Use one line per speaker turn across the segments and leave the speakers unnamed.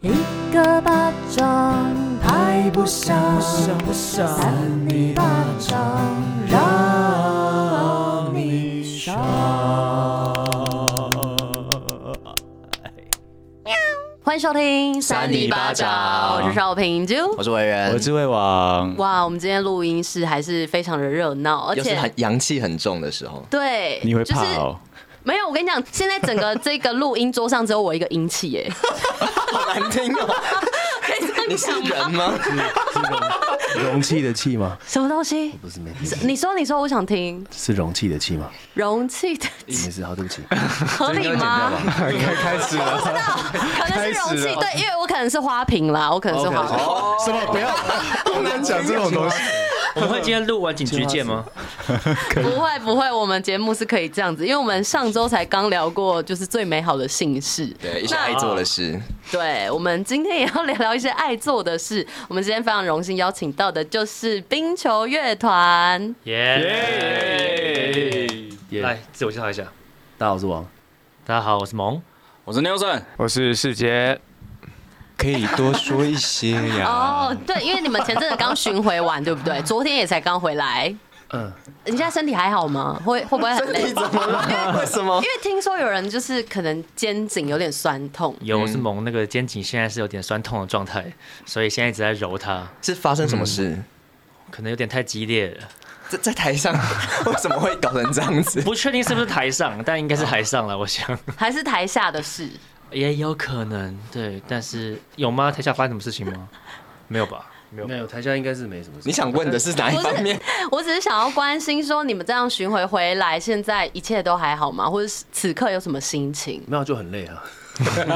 一个巴掌拍不响，
不想
三你巴掌让你爽。欢迎收听《
扇你巴掌
我是邵平啾。
我是维人，
我是魏王，
哇，我们今天录音室还是非常的热闹，而
又是
且
很阳气很重的时候，
对，
你会怕
就是
哦？
没有，我跟你讲，现在整个这个录音桌上只有我一个阴气耶。
好难听 哦。你是人吗？
容器的器吗？
什么东西？
不是没
是你说，你说，我想听
是容器的器吗？
容器的
没事，好，对不起。
合理吗？
开开始了，
可能是容
开始
器
了
对，因为我可能是花瓶啦，我可能是花瓶。
什么不要不能讲这种东西，
我们会今天录完警局见吗？
不会不会，我们节目是可以这样子，因为我们上周才刚聊过，就是最美好的姓氏。
对，一些爱做的事。
对，我们今天也要聊聊一些爱做的事。我们今天非常荣幸邀请到的就是冰球乐团。
耶！
耶
来自我介绍一下，
大家好，我是王。
大家好，我是萌。
我是 Nelson，
我是世杰，可以多说一些呀。
哦，对，因为你们前阵子刚巡回完，对不 对？昨天也才刚回来。嗯
嗯，
你现在身体还好吗？会会不会很累？因
怎么了？ 为什么？
为听说有人就是可能肩颈有点酸痛，
有，我是萌。那个肩颈现在是有点酸痛的状态，所以现在一直在揉它，
是发生什么事？
可能有点太激烈了。
在在台上 为什么会搞成这样子？
不确定是不是台 上，但应该是台上了，我想
还是台下的事？
也有可能。对，但是有吗？台下发生什么事情 吗？没有吧？没有吧。
没有，台下应该是没什么事。
你想问的是哪一方面？
我只是想要关心说，你们这样巡回回来，现在一切都还好吗？或者是此刻有什么心情？
没有就很累啊。。
真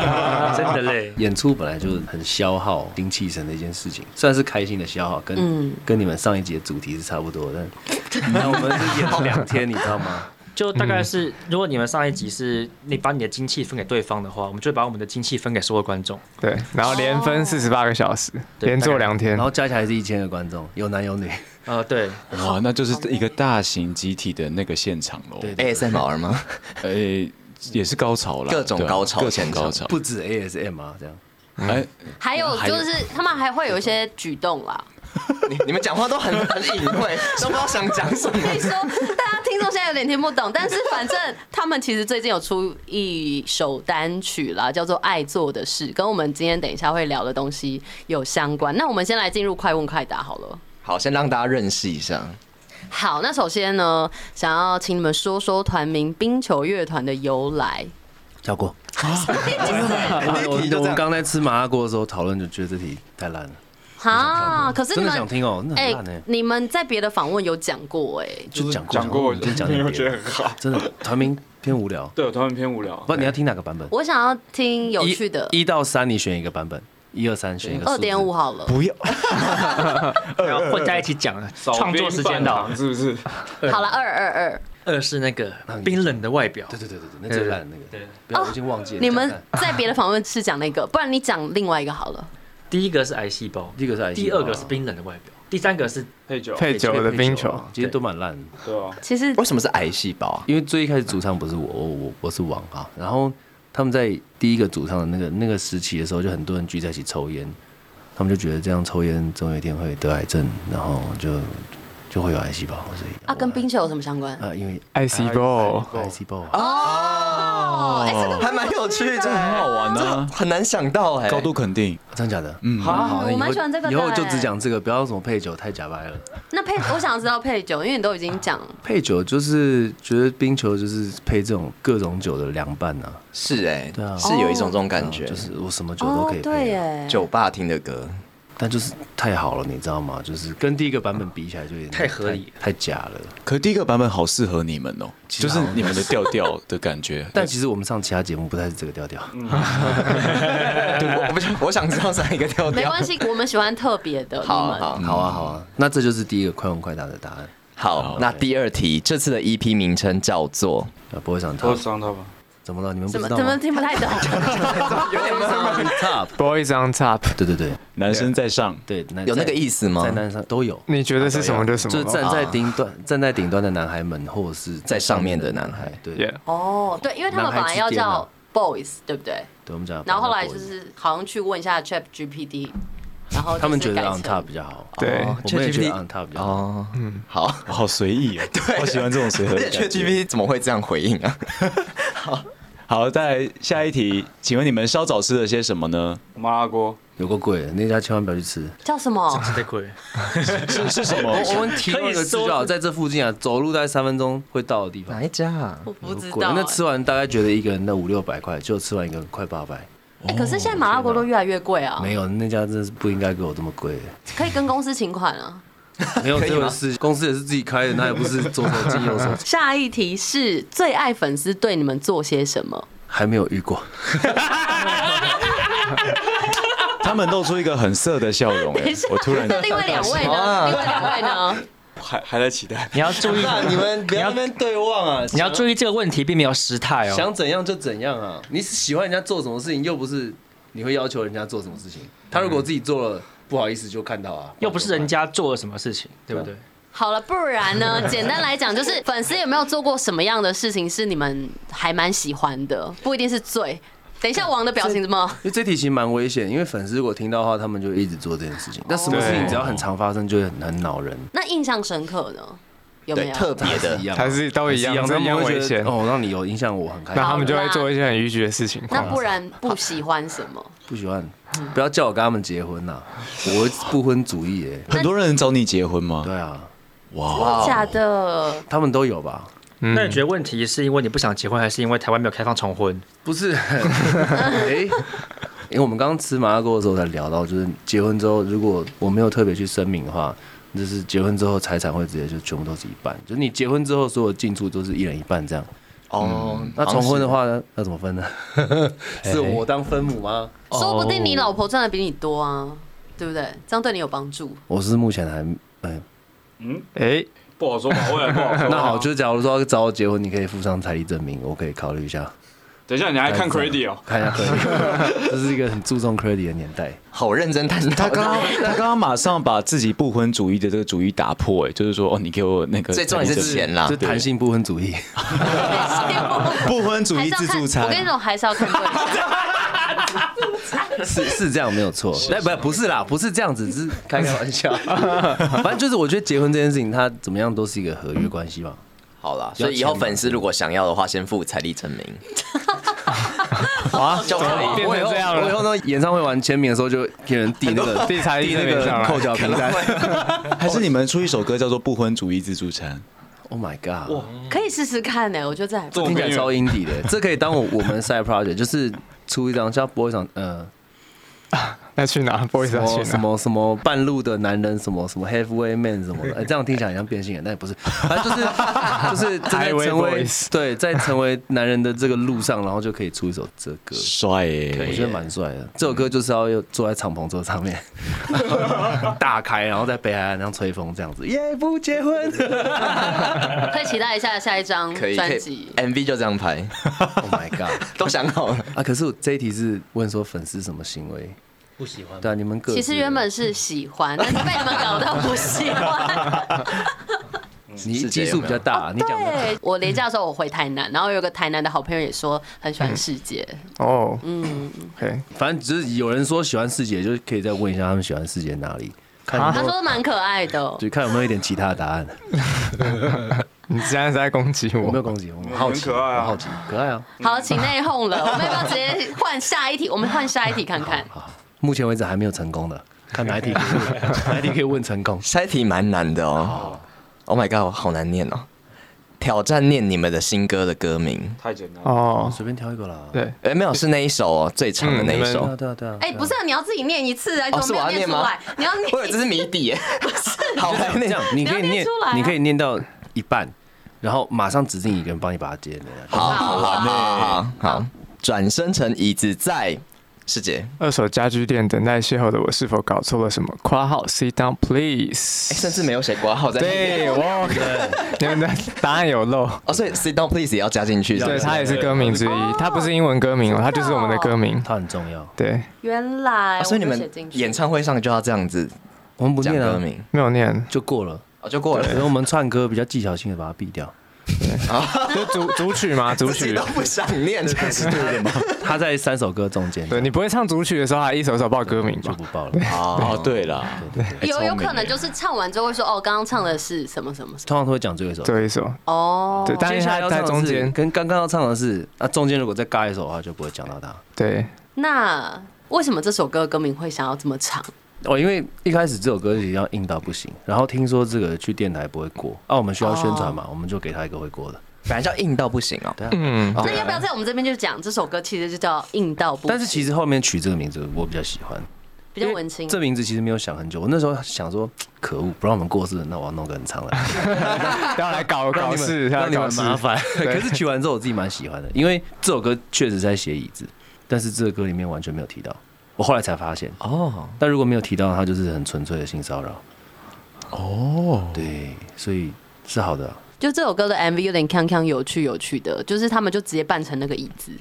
的累
演出本来就是很消耗精气神的一件事情，虽然是开心的消耗，跟、
嗯
跟你们上一集的主题是差不多的，但那我们是演了两天，你知道吗？
就大概是，如果你们上一集是你把你的精气分给对方的话，我们就会把我们的精气分给所有观众。
对，然后连分四十八个小时，
对
连做两天
然，后加起来是一千个观众，有男有女，
呃，对，
哇，那就是一个大型集体的那个现场喽。
对
ASMR 吗？
呃、也是高潮啦，
各种
对啊
高潮
各
现
种
场
高潮。
不止 ASM 啊，这样。
哎，
嗯还有就是他们还会有一些举动 啦，
你你们讲话都很很隐晦，都不知道想讲什么
可。以说大家听众现在有点听不懂，但是反正他们其实最近有出一首单曲啦，叫做《爱做的事》，跟我们今天等一下会聊的东西有相关。那我们先来进入快问快答好了。
好，先让大家认识一下。
好，那首先呢，想要请你们说说团名冰球乐团的由来。
跳过。我
一题就
我
这
们
样
刚在吃麻辣锅的时候讨论，就觉得这题太烂了，
啊，可是你
真的
们
想听哦，那
哎、
很烂哎。
你们在别的访问有讲过哎、
就讲过
讲过
我就讲点
没有
别
觉
的
得很好。
真的团名偏无聊。
对，我团们偏无聊。
不，你要听哪个版本？
我想要听有趣的，嗯
一一到三你选一个版本，一二三选一个数字。
二点五好了。
然后混在一起 讲了，创作时间到
早。编半堂是不是？
好了，二二二。
二是那个冰冷的外表，
对对对对对，那最烂的那个。
对
不要，我已经忘记了。
哦你
讲
们
看
在别的访问是讲那个，不然你讲另外一个好了。
第一个是癌细胞，
第一个是癌细
第
胞
二个是冰冷的外表，第三个 是
配酒，
配酒的冰球，
啊其实都蛮烂的。
对啊，
其实
为什么是癌细胞啊？
因为最一开始主唱不是我，我我我是王啊。然后他们在第一个主唱的那个那个时期的时候，就很多人聚在一起抽烟，他们就觉得这样抽烟总有一天会得癌症，然后就就会有癌细胞，所以
啊，跟冰球有什么相关？
啊，因为
爱 C 波，
癌细胞啊。
哦，哎、这个
还蛮有趣
这很
的，
好玩啊，
很难想到哎。
高度肯定。
真的假的？
嗯
好好
我
以后
蛮喜欢这个的
以后就
欸
只讲这个，不要什么配酒，太假掰了。
那配，我想知道配酒，因为你都已经讲，
配酒就是觉得冰球就是配这种各种酒的凉拌啊，
是哎
对，啊
是有一种这种感觉，
就是我什么酒都
哦
可以，
对
配啊、
耶，
酒吧听的歌。
但就是太好了，你知道吗？就是跟第一个版本比起来就有点
太合理
太太假了。
可第一个版本好适合你们哦，
其实。
就是你们的调调的感觉
但其实我们上其他节目不太是这个调调，
嗯对，我我想我想知道哪一个调
没
调。
关系，我们喜欢特别的。
好
你们
好
好啊好啊，那这就是第一个快问快答的答案。
好，那第二题，这次的 EP 名称叫做
啊，不会上
都
top
是伤到吧？
怎么了？你们不
怎么
知道
怎么
吗？
听不太 懂？
top？
Boys on top，
对对对
男生在上，
对，男
有那个意思吗
呃在？男上都有。
你觉得是什么就什
就
么
是
咯。
站在顶端、站在顶端的男孩们，或者是
在上面的男孩
对
Yeah，
哦，对，因为他们本来要
男孩之间
叫
啊
Boys，对不对？
对，我们讲。
然后后来就是好像去问一下 Chat GPT，然后就是
他们觉得
改成
on top 比较好，
对
我们也觉
ChatGPT
得 on top 比较好。
哦，
好，我好随意哦，我喜欢这种随 和
而
的
且
感觉。
ChatGPT 怎么会这样回应啊？
好，再来下一题，请问你们稍早吃了些什么呢？
麻辣锅，
有够贵的，那家千万不要去吃。
叫什 么？
太贵。
是是什么？
我们提供一个资料，在这附近啊，走路大概三分钟会到的地方。
哪一家啊？
我不
有
知
够贵
道。哎欸
那吃完大概觉得一个人那五六百块，就吃完一个人快八百。
哎，可是现在麻辣锅都越来越贵啊，
没有，那家真是不应该给我这么贵。
可以跟公司请款啊。
没有这回事，公司也是自己开的，那也不是左手进右手出，
下一题是最爱粉丝对你们做些什么？
还没有遇过。
他们露出一个很色的笑 容、哎，我突然
那另外两位
啊
呢？另外两位呢？
还还在期待。
你要 注意，
你们不要那边对望啊！
你要注意这个问题并没有失态哦。
想怎样就怎样啊！你喜欢人家做什么事情，又不是你会要求人家做什么事情。他如果自己做了，不好意思就看到啊，
又不是人家做了什么事情，对不对？
好了，不然呢？简单来讲，就是粉丝有没有做过什么样的事情是你们还蛮喜欢的？不一定是最。等一下，王的表情怎么？
因为这题其实蛮危险，因为粉丝如果听到的话，他们就一直做这件事情。那什么事情只要很常发生，就会很很恼人。
那印象深刻呢？有没有？
特别的
一样啊
还是都一样
还是
这
他
样
们会觉得
危险
哦，让你有影响，我很开
那
心。
他们就会做一些很逾矩的事情。
那不然不喜欢什么？
不喜欢，不要叫我跟他们结婚呐、我不婚主义耶、
很多人找你结婚吗？
对啊，
假的，
他们都有吧？
嗯
那你觉得问题是因为你不想结婚，还是因为台湾没有开放重婚？
不 是，哎、因为我们刚刚吃麻辣锅的时候才聊到，就是结婚之后，如果我没有特别去声明的话，就是结婚之后财产会直接就全部都是一半，就是你结婚之后所有进出都是一人一半这样。
哦，
那重婚的话呢，要怎么分呢？啊 哎是我当分母吗？
说不定你老婆赚的比你多啊，对不对？这样对你有帮助。
我是目前还哎、
哎，
不好说吧，未来不好说。
那好，就假如说要找我结婚，你可以附上财力证明，我可以考虑一下，
等一下你还看 credit 哦，
看一下 credit。这是一个很注重 credit 的年代。
好认真探讨。
他刚刚他刚刚马上把自己不婚主义的这个主义打破、哎，
欸
就是说哦，你给我那个
最重要是 钱啦
就，弹性不婚主义，
不婚主
还
义
是要
自
看，
助餐
我跟你说，还是要看对象。
是是这样没有错。哎，不不 是啦，不是这样子，只是 开个玩笑。反正就是我觉得结婚这件事情，它怎么样都是一个合约关系嘛。
好啦，所以以后粉丝如果想要的话，先付财力证明。
哇，
就可以
哦变
我以
成
后
这样
我以
了。
后呢，演唱会完签名的时候就给人啊 递那个
递财力
递那
证明上
个
来
扣缴凭单。
还是你们出一首歌叫做《不婚主义自助餐
Oh my god！
可以试试看呢、我觉得这还不
这
错
么
听起来
边
超
缘，
音 底的，这可以当我我们的 side project，就是出一张叫播一场呃
那去哪？不好意思
什
啊，去哪？
么什么什么半路的男人，什么什么 halfway man 什么的，哎，这样听起来很像变性人，但也不是，反正 就是就是正在
Highway
成为
boys
对，在成为男人的这个路上，然后就可以出一首这歌》，。
帅哎、
我觉得蛮帅的，这首歌就是要又坐在敞篷车上面， 然后大开，然后在北海岸上吹风，这样子，耶，不结婚。
可以期待一下下一张
可以可
专
以
辑。
，MV 就这样拍，
Oh my god！
都想好了。
啊，可是我这一题是问说粉丝什么行为，
不喜欢。
对啊，你们各
其
自
实原本是喜欢，但是被你们搞到不喜欢。
你
是这
基
样
数
吗
比较大，你讲的
哦对，我连假的时候我回台南，然后有个台南的好朋友也说很喜欢世界，
哦，嗯，OK，
反正只是有人说喜欢世界，就是可以再问一下他们喜欢世界哪里，看有没
他
有
说蛮可爱的。哦
就看有没有一点其他的答案。
你现在是在攻击
我没
我？
有攻击，我很好奇，
很可爱
我
啊
好奇，可爱啊。
好，请内讧了，我们要不要直接换下一题？我们换下一题看看。
目前为止还没有成功的，看哪一题可以问哪一题可以问成功。
下一题蛮难的哦。Oh my god，好难念哦。挑战念你们的新歌的歌名，
太简单了。
哦，
随便挑一个啦。
对，
哎、没有，是那一首哦，最长的那一
嗯你
首。
对啊，对啊，对啊。
哎，不是啊，你要自己念一次啊，你
哦
怎么没有念出来？ 你要念
我以为这是谜底 耶，好
对啊，
难
这
念
样。你可
你
以
要念
念
出来啊，
你可以念到一半，然后马上指定一个人帮你把它接那样
好好好好好，转身成椅子在师姐，
二手家具店等待邂逅的我是否搞错了什么？括号 sit down
哎、
please。
甚至没有写挂号在。
对，我你们的答案有漏，
哦，所以 sit down please 也要加进去，是不
对，
是
它也是歌名之一，它不是英文歌名哦，它就是我们的歌名。
它很重要。
对，
原来，
哦所以你
我没有写
们
进去
演唱会上就要这样子
我们不
讲
念
歌
啊，
名，
没有念。
就过了。
哦，就过
可
了。
是我们串歌比较技巧性的把它避掉。
就组组曲 嘛，组
自己
曲
都。不想念，这是对的吗？
他在三首歌中间，
对你不会唱组曲的时候还一首一首报歌名
就
吧
不？报了。
哦，对啦，
有有可能就
就
是唱完之后会说哦，刚刚唱的是什么什么什
通常都会讲最后一首。
这一首，
哦，
对，但
接
是
下来
他
要
在
唱
中
的是
间，
跟刚刚要唱的是，啊，中间如果再尬一首的话，就不会讲到他。
对，
那为什么这首歌的歌名会想要这么长？
哦，因为一开始这首歌也要硬到不行，然后听说这个去电台不会过，啊，我们需要宣传
哦
嘛，我们就给他一个会过的。
反正叫硬到不行哦。
嗯，
那要不要在我们这边就讲这首歌其实就叫硬到不行？
但是其实后面取这个名字我比较喜欢，
比较文青，
这名字其实没有想很久，我那时候想说，可恶，不让我们过世，那我要弄个很长的，
要来搞搞事，要
让
来
你
搞
们
事，
麻 烦。可是取完之后我自己蛮喜欢的，因为这首歌确实在写椅子，但是这个歌里面完全没有提到，我后来才发现。
哦，
但如果没有提到，它就是很纯粹的性骚扰。哦，对，所以是好的啊、
就这首歌的 MV 有点康康有趣有趣的，就是他们就直接扮成那个椅子。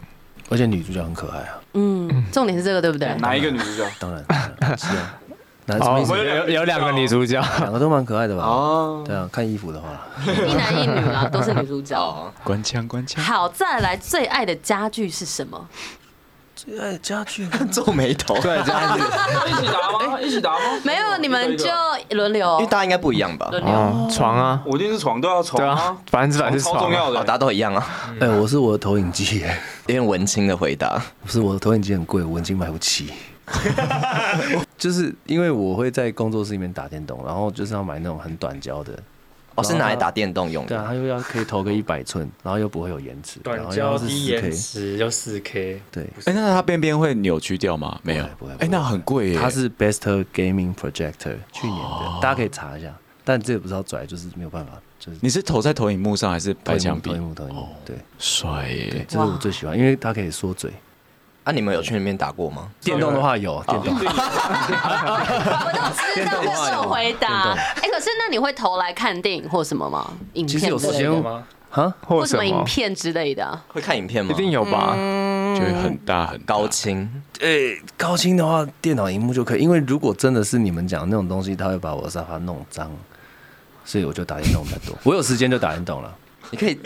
而且女主角很可爱啊，
嗯，重点是这个对 不对？
哪一个女主角？
当然当然是 啊，男
哦，
生
有两
有
个
有两个女主角，
两个都蛮可爱的吧？
哦，
对啊，看衣服的话，
一男一女啊啦，都是女主 角。
关枪关枪，
好，再来最爱的家具是什么？
最爱哎家具
皱眉头，对，
一起答吗？一起答吗？
没有，你们就轮
因
流
为大家应该不一样吧？
轮流。
哦，床啊，
我一定是床，都要
对
床
啊，，百分之百
床
是
哦超重
床啊，
要
哦，
的。
大家都一样啊，
哎，我是我的投影机耶，
有点文青的回答。
不是我的投影机很贵，我已经买不起。 就是因为我会在工作室里面打电动，然后就是要买那种很短焦的，
哦，是拿来打电动用
对啊，
的。
它又要可以投个一百寸，然后又不会有延迟，然
短
后
焦
又是
低
四
延
K，
迟又四 K，
对，
哎，那它边边会扭曲掉吗？没有
不会不会，
哎，那很贵耶。
它是 Best Gaming Projector 去年
哦
的，大家可以查一下。但这也不是要拽，就是没有办法，就是
你是投在投影幕上还是拍墙壁
投？影幕投影
哦
幕，对，
帅耶！
这是我最喜欢，因为它可以缩嘴。
啊，你们有去那边打过吗？
电动的话有电动，
哦
我都知道会受回答。哎，可是那你会投来看电影或什么吗？影
其实
片
有
之
时
类
间
的，
吗？
啊，
或
或什
什
么影
么，嗯
片之类的啊。
会看影片吗？
一定有吧？
就会很大很大
高清，
诶，呃高清的话，电脑荧幕就可以。因为如果真的是你们讲那种东西，它会把我的沙发弄脏，所以我就打电动比较多。 我有时间就打电动了。
你可以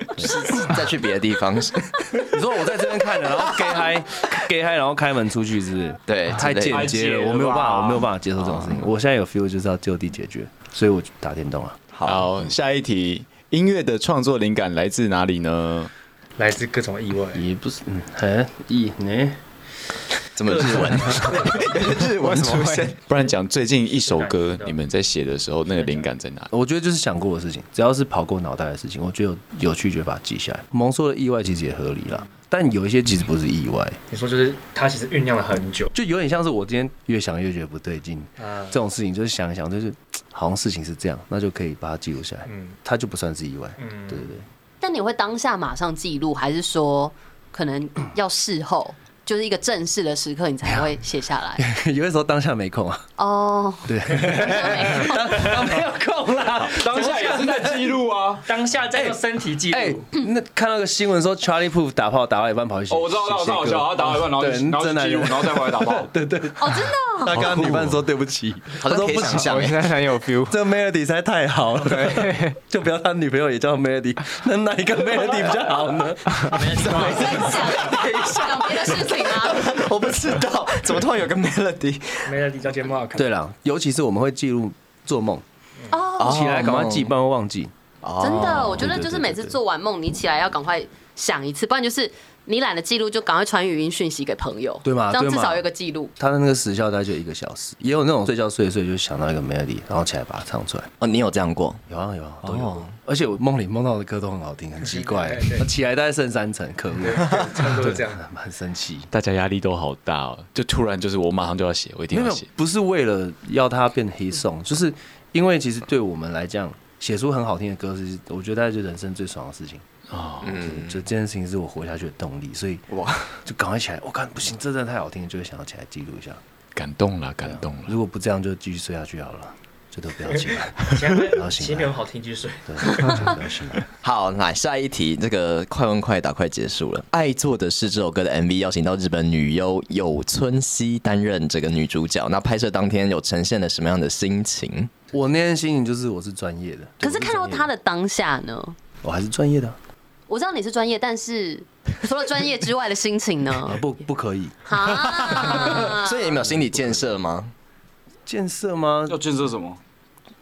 再去别的地方。
你说我在这边看着，然后 gay 嗨 gay 嗨，然后开门出去，是不是？
对
太间接了，我没有办法，我没有办法接受这种事情。我现在有 feel 就是要就地解决，所以我就打电动了。
好，
好，下一题，音乐的创作灵感来自哪里呢？
来自各种意外。
也不是，嗯，哎，咦，呢？
这么日文，日文出现。
不然讲最近一首歌，你们在写的时候，那个灵感在哪里？
我觉得就是想过的事情，只要是跑过脑袋的事情，我觉得有有趣就把它记下来。蒙说的意外其实也合理啦，但有一些其实不是意外，
你说就是它其实酝酿了很久，
就有点像是我今天越想越觉得不对劲，
啊，
这种事情就是想一想，就是好像事情是这样，那就可以把它记录下来，
嗯
它就不算是意外。
嗯
对对对，
但你会当下马上记录，还是说可能要事后，就是一个正式的时刻你才会写下来？
嗯
有的时候当下没空啊，
哦，
哎 对，没有空啦。
当下也是在记 录啊。
当下再用身体记
哎
录，，
那看到个新闻说 Charlie Puth 打炮打到一半跑去写，
嗯哦，我知道，我知道，我知道，我知道，然后打到一半，然后
对
然后
真
去
的
记录，然后再回来打炮。
对对，
哦，真的哦、
他刚刚女伴说对不起，
好像可以想象
我现在很有 feel，
这 Melody 实在太好 了，就不要他女朋友也叫 Melody，那哪一 个 Melody 比较好呢？
在想想别的事情啊吗？
我不知道，怎么突然有个 melody？
没了李小姐 Mark，
对了，尤其是我们会记录做梦，
哦，
起来赶快记，不然会忘记。
真的，我觉得
哦对对
就是
对
每次做完梦，你起来要赶快想一次，不然就是你懒得记录，就赶快传语音讯息给朋友，
对嘛
这样
对
至
嘛
少有个记录。
他的那个时效大概就一个小时，也有那种睡觉睡一睡就想到一个 melody，然后起来把它唱出来。
哦，你有这样过？
有啊有啊，都有。
哦
而且我梦里梦到的歌都很好听，很奇 怪。我起来大概剩三层，可恶，
差不多这样。
很生气。
大家压力都好大哦，就突然就是我马上就要写，我一
没
定
有没
要
有
写。，
不是为了要它变黑送，就是因为其实对我们来讲，写出很好听的歌是，我觉得大概就人生最爽的事情。
哦，
嗯，就这件事情是我活下去的动力，所以哇，就赶快起来。我看不行，这真的太好听了，就会想要起来记录一下。
感动了，感动了。
如果不这样，就继续睡下去好了，就都不 要起来，
前面
醒来
前面好听，继续睡。
对，就不要醒来。
好，来下一题，这个快问快答快结束了。《爱做的事》这首歌的 MV 邀请到日本女优有村希担任这个女主角，那拍摄当天有呈现了什么样的心情？
我那天心情就是我是专业的，
可是看到他
的，
的当下呢？
我还是专业的啊，
我知道你是专业，但 是除了专业之外的心情呢？
不不可以
啊，
所以你们有心理建设吗？
建设吗？
要建设什么？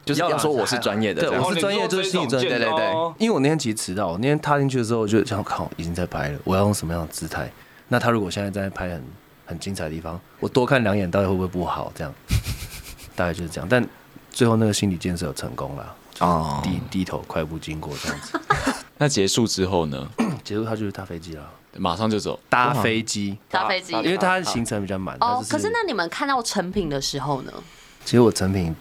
就是
要啦
要说我是专业的这
对，
样，
我
哦
是专业，就是心理专业。
你
对
说
对
这种建
对
哦，
因为我那天其实迟到，我那天踏进去的时候，我就想，靠，已经在拍了，我要用什么样的姿态？那他如果现在在拍很很精彩的地方，我多看两眼，到底会不会不好？这样， 大概就是这样。但最后那个心理建设有成功了，
哦，
低低头快步经过这样子，
那结束之后呢？
结果他就是搭飞机了，
马上就走。
搭飞机，
搭飞机
啊因为他行程比较满。他
哦
就。
可是那你们看到成品的时候呢？
其实我成品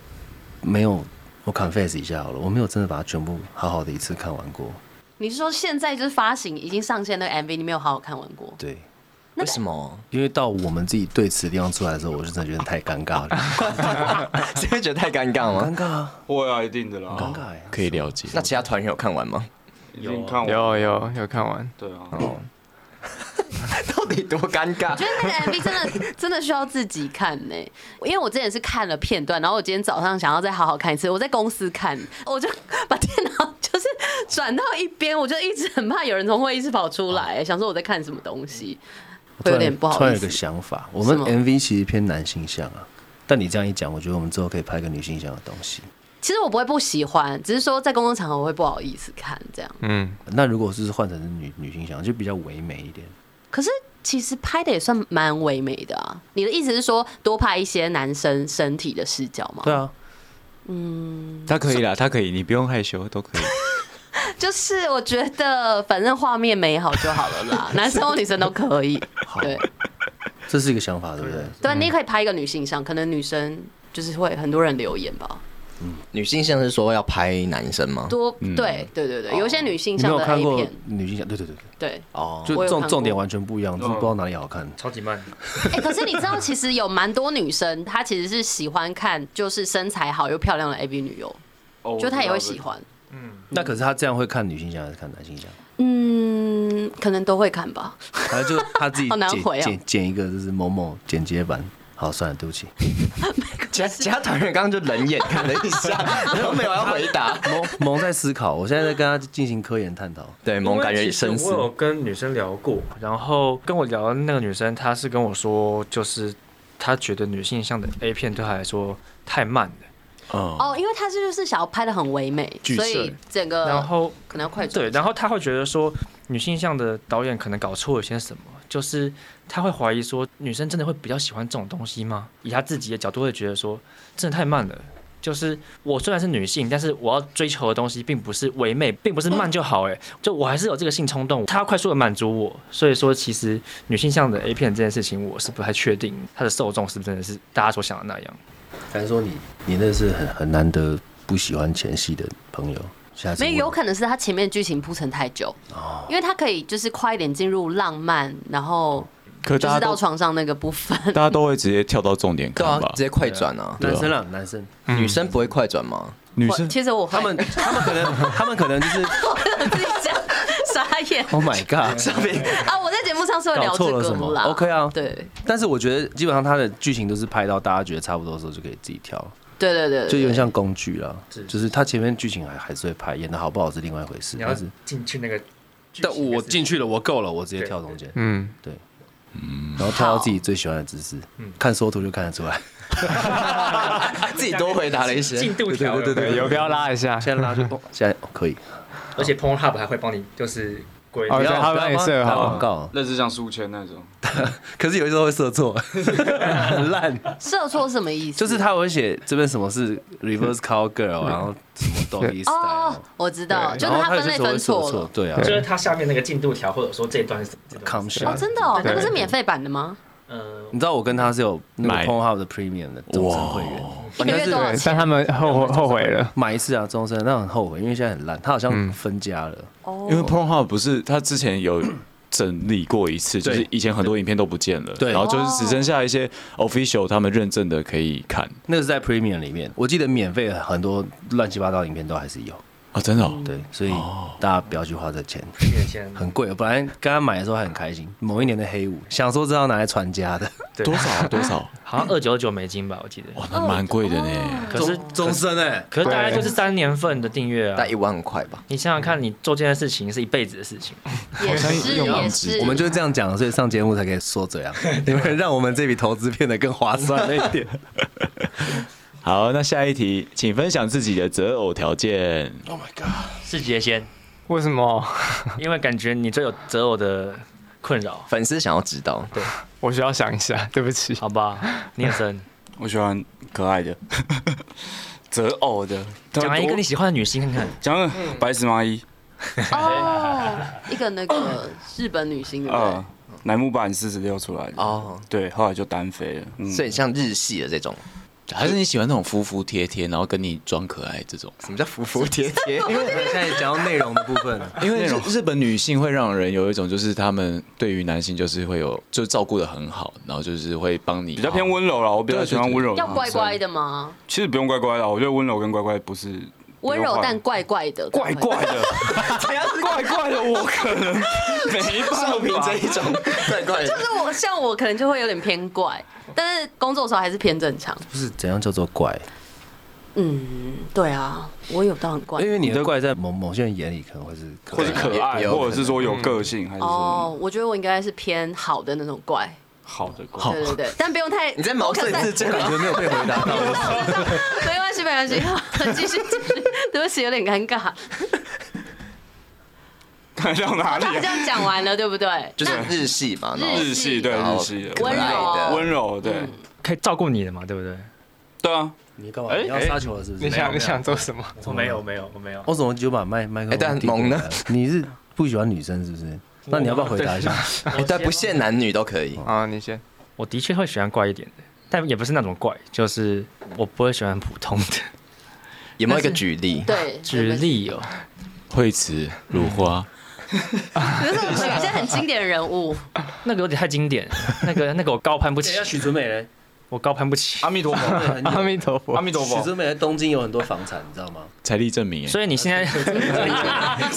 没有，我 confess 一下好了，我没有真的把它全部好好的一次看完过。
你是说现在就是发行已经上线那个 MV，你没有好好看完过？
对，
为什么？
因为到我们自己对词地方出来的时候，我是真的觉得太尴 尬了，
是会觉得太尴尬吗？
尴尬啊，
会啊，一定的啦。
尴尬欸呀、
可以了解。
那其他团员有看完吗？
一定看我。
有有有看完，
对啊，
到底多尴尬？
因为那个 MV 真 的真的需要自己看呢、因为我之前是看了片段，然后我今天早上想要再好好看一次，我在公司看，我就把电脑就是转到一边，我就一直很怕有人从会议室跑出来、想说我在看什么东西，
我
会
突
有
然
点不
突
好
然
意
有个
思。
想法，我们
什么
MV 其实偏男性向啊，但你这样一讲，我觉得我们之后可以拍个女性向的东西。
其实我不会不喜欢，只是说在公共场合我会不好意思看这样。
嗯，
那如果是换成是女女性向，就比较唯美一点。
可是其实拍的也算蛮唯美的啊。你的意思是说多拍一些男生身体的视角吗？
对啊，
他可以啦，他可以，你不用害羞，都可以。
就是我觉得反正画面美好就好了 啦，男生或女生都可以。对
这是一个想法，对不对？
对，啊你也可以拍一个女性像，可能女生就是会很多人留言吧。
女性像是说要拍男生吗？
多对对对对，有一些女性
嗯哦你没
像
有
的
看
A
过
片，
女性向？对对对对，
对。
哦，
就
我有
重
看
重点
过
完全不一样，就是不知道哪里好看。
超级慢，
哎，可是你知道，其实有蛮多女生，她其实是喜欢看就是身材好又漂亮的 AV 女优，
哦
就她也会喜。欢。
那可是他这样会看女性向还是看男性向？
嗯，可能都会看吧。
反正就他自己
好难
剪
回哦
剪剪一个就是某某剪接版。好，算了，对不起。
其他其他团员刚刚就冷眼看了一下， 然后没有要回 答。
萌萌在思考，我现在在跟他进行科研探讨。
对，
因
萌
为
感
其实
觉深
我
思。
有跟女生聊过，然后跟我聊的那个女生，她是跟我说，就是她觉得女性向的 A 片对她来说太慢了，
哦，因为她这就是想要拍的很唯美，
剧
所以
色
整个
然后
可能要快转。
对，然后她会觉得说，女性向的导演可能搞错了些什么，就是她会怀疑说，女生真的会比较喜欢这种东西吗？以她自己的角度会觉得说，真的太慢了。就是我虽然是女性，但是我要追求的东西并不是唯美，并不是慢就好、哎，就我还是有这个性冲动，它要快速的满足我。所以说，其实女性向的 A 片这件事情，我是不太确定它的受众是不是真的是大家所想的那样。
还是说你你那是很很难得不喜欢前戏的朋友？下次
没
问
有，有可能是他前面剧情铺陈太久，因为他可以就是快一点进入浪漫，然后
可
就
大
是
家
到
都
床上那个部分。
大家都会直接跳到重点
对
看
啊，
吧
直？接快转啊！
男生啦，男生，
女生不会快转吗？
女
我
生
其实我
他
他
们他们可能 他们可能就是
自己讲 傻眼
Oh my God，
啊！我在节目上是有聊
搞
这
错了
个
什么
啦
？OK 啊，。
对
但是我觉得基本上他的剧情都是拍到大家觉得差不多的时候就可以自己跳了，
对对对，对
就有点像工具啦。就是他前面剧情还还是会拍，演的好不好是另外一回事。但是
进去那个，
但我进去了，我够了，我直接跳中间，
嗯，
然后跳到自己最喜欢的姿势，看缩图就看得出来。
自己多回答了一些。
进度条，对对对
有必要拉一下，
现在拉就哦现在哦可以，
而且 p o n Hub 还会帮你就是归
哦，对，
要
他帮你设
打
好
广，告，
类似像书签那种，
可是有时候会设错，很烂。
射错是什么意思？
就是他会写这边什么是 reverse cowgirl，然后什么 doggy
哦
style，，
我知道，
对
就是
然后
他
他有
分类
些时候
分
会设
错了
错，。对啊
就是它下面那个进度条，或者说这一段是什么这段
，come
是
shot
哦，。真的哦，
对
那个是免费版的吗？
呃，
你知道我跟他是有那个
买
Pornhub 的 Premium 的终身会员，哦
一个月
但是
多少
对，但他
钱？
们后悔后悔了，
买一次啊，终身，那很后悔，因为现在很烂，他好像分家了，
哦
因为 Pornhub 不是他之前有整理过一次，就是以前很多影片都不见了，
对
然后
哦
就是只剩下一些 official 他们认证的可以看。
那个是在 Premium 里面，我记得免费很多乱七八糟的影片都还是有，
哦，真的、哦，
嗯
对，所以大家不要去花这钱，
眼前
很贵。本来刚刚买的时候还很开心，某一年的黑五，想说这要拿来传家 的，
对
多 少啊多少？
好像二九九美金吧，我记得。
哦，那蛮贵的呢。
哦
可是
终身哎，
可是大概就是三年份的订阅
大
啊
概。一万块吧。
你想想看，你做这件事情是一辈子的事情，
也是
用
也
量
是，
我们就是这样讲，所以上节目才可以说这样，因为让我们这笔投资变得更划算了一点。
好，那下一题，请分享自己的择偶条件。
是杰先，
为什么？
因为感觉你最有择偶的困扰，
粉丝想要知道，
我需要想一下，对不起。
好吧？聂 森，
我喜欢可爱的， 择偶的。
讲一个你喜欢的女星看看。
讲个白石麻衣
哦，一个那个日本女星对不对
嗯
啊，乃木坂四十六出来的
哦，
对，后来就单飞了。嗯
所以像日系的这种，
还是你喜欢那种服服帖帖，然后跟你装可爱这种？
什么叫服服帖帖？
因为我们现在讲到内容的部分啊了，
因为日日本女性会让人有一种，就是他们对于男性就是会有，就照顾的很好，然后就是会帮你
比较偏温柔啦，我比较
对对
喜欢温柔。
要乖乖。的
嗯
吗？
其实不用乖乖啦，我觉得温柔跟乖乖不是
温柔但怪怪的，
怪 怪的，怪怪的，我可能没办
凭
法
这。一种怪怪的
就是我像我可能就会有点偏怪，但是工作的时候还是偏正常。
不是怎样叫做怪，
嗯，对啊，我有到很怪
因为你的怪在某某些人眼里可能会是可
或
爱
是
的，
可爱，
也有可能
或者是说有个性，还是说
哦，我觉得我应该是偏好的那种怪，
好的 怪。
对对对，但不用太
你在毛
我可
遂
能在
自荐
我
吗
觉？得没有被回答到。
没关系，没 关系，好继续 继续，对不起，有点尴
啊
尬。
看到哪里
这
啊？
样讲完了，对不对？
就是日系嘛，然后
日
日系对
然
日
后
系的
可爱
温
的
柔
啊温柔
嗯
对
可以照顾你的嘛，对不对？
对啊，
你干嘛？你要杀球了是不是？
你想你想做什么？
我没有，没有，我没有。
我怎么就把麦麦克
哎
风？
但萌呢？
你是不喜欢女生是不是？那你要不要回答一下？
哎但不限男女都可以。
啊，你先。
我的确会喜欢怪一点的，但也不是那种怪，就是我不会喜欢普通的。
有没有一个举例？
对，
举例哦，
惠子、如花，
可是我举一些很经典的人物，
那个有点太经典，那个那个我高攀不 起，
许纯美人，
我高攀不起。
阿弥陀佛，
阿弥陀佛
阿。弥陀
许
佛，
纯美人东京有很多房产，你知道吗？
财力证明哎。
所以你现在，所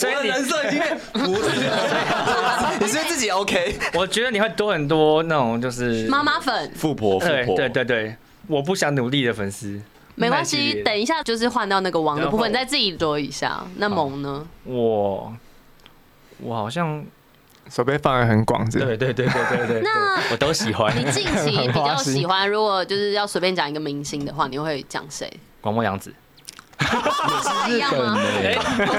以你，
设已经变 不是
你是不是自己 OK？
我觉得你会多很多那种就是，
妈妈粉
富婆，富
对
婆，
对对对，我不想努力的粉丝。
没关
那系
系，
列
等一下就是换到那个王的部
然后
分，你再自己说一下。那萌呢？
我我好像
手背范围很广，是不是
对对对对对对，
那
我都喜欢。
你近期比较喜欢，如果就是要随便讲一个明星的话，你会讲谁？
广播洋子，
一样吗？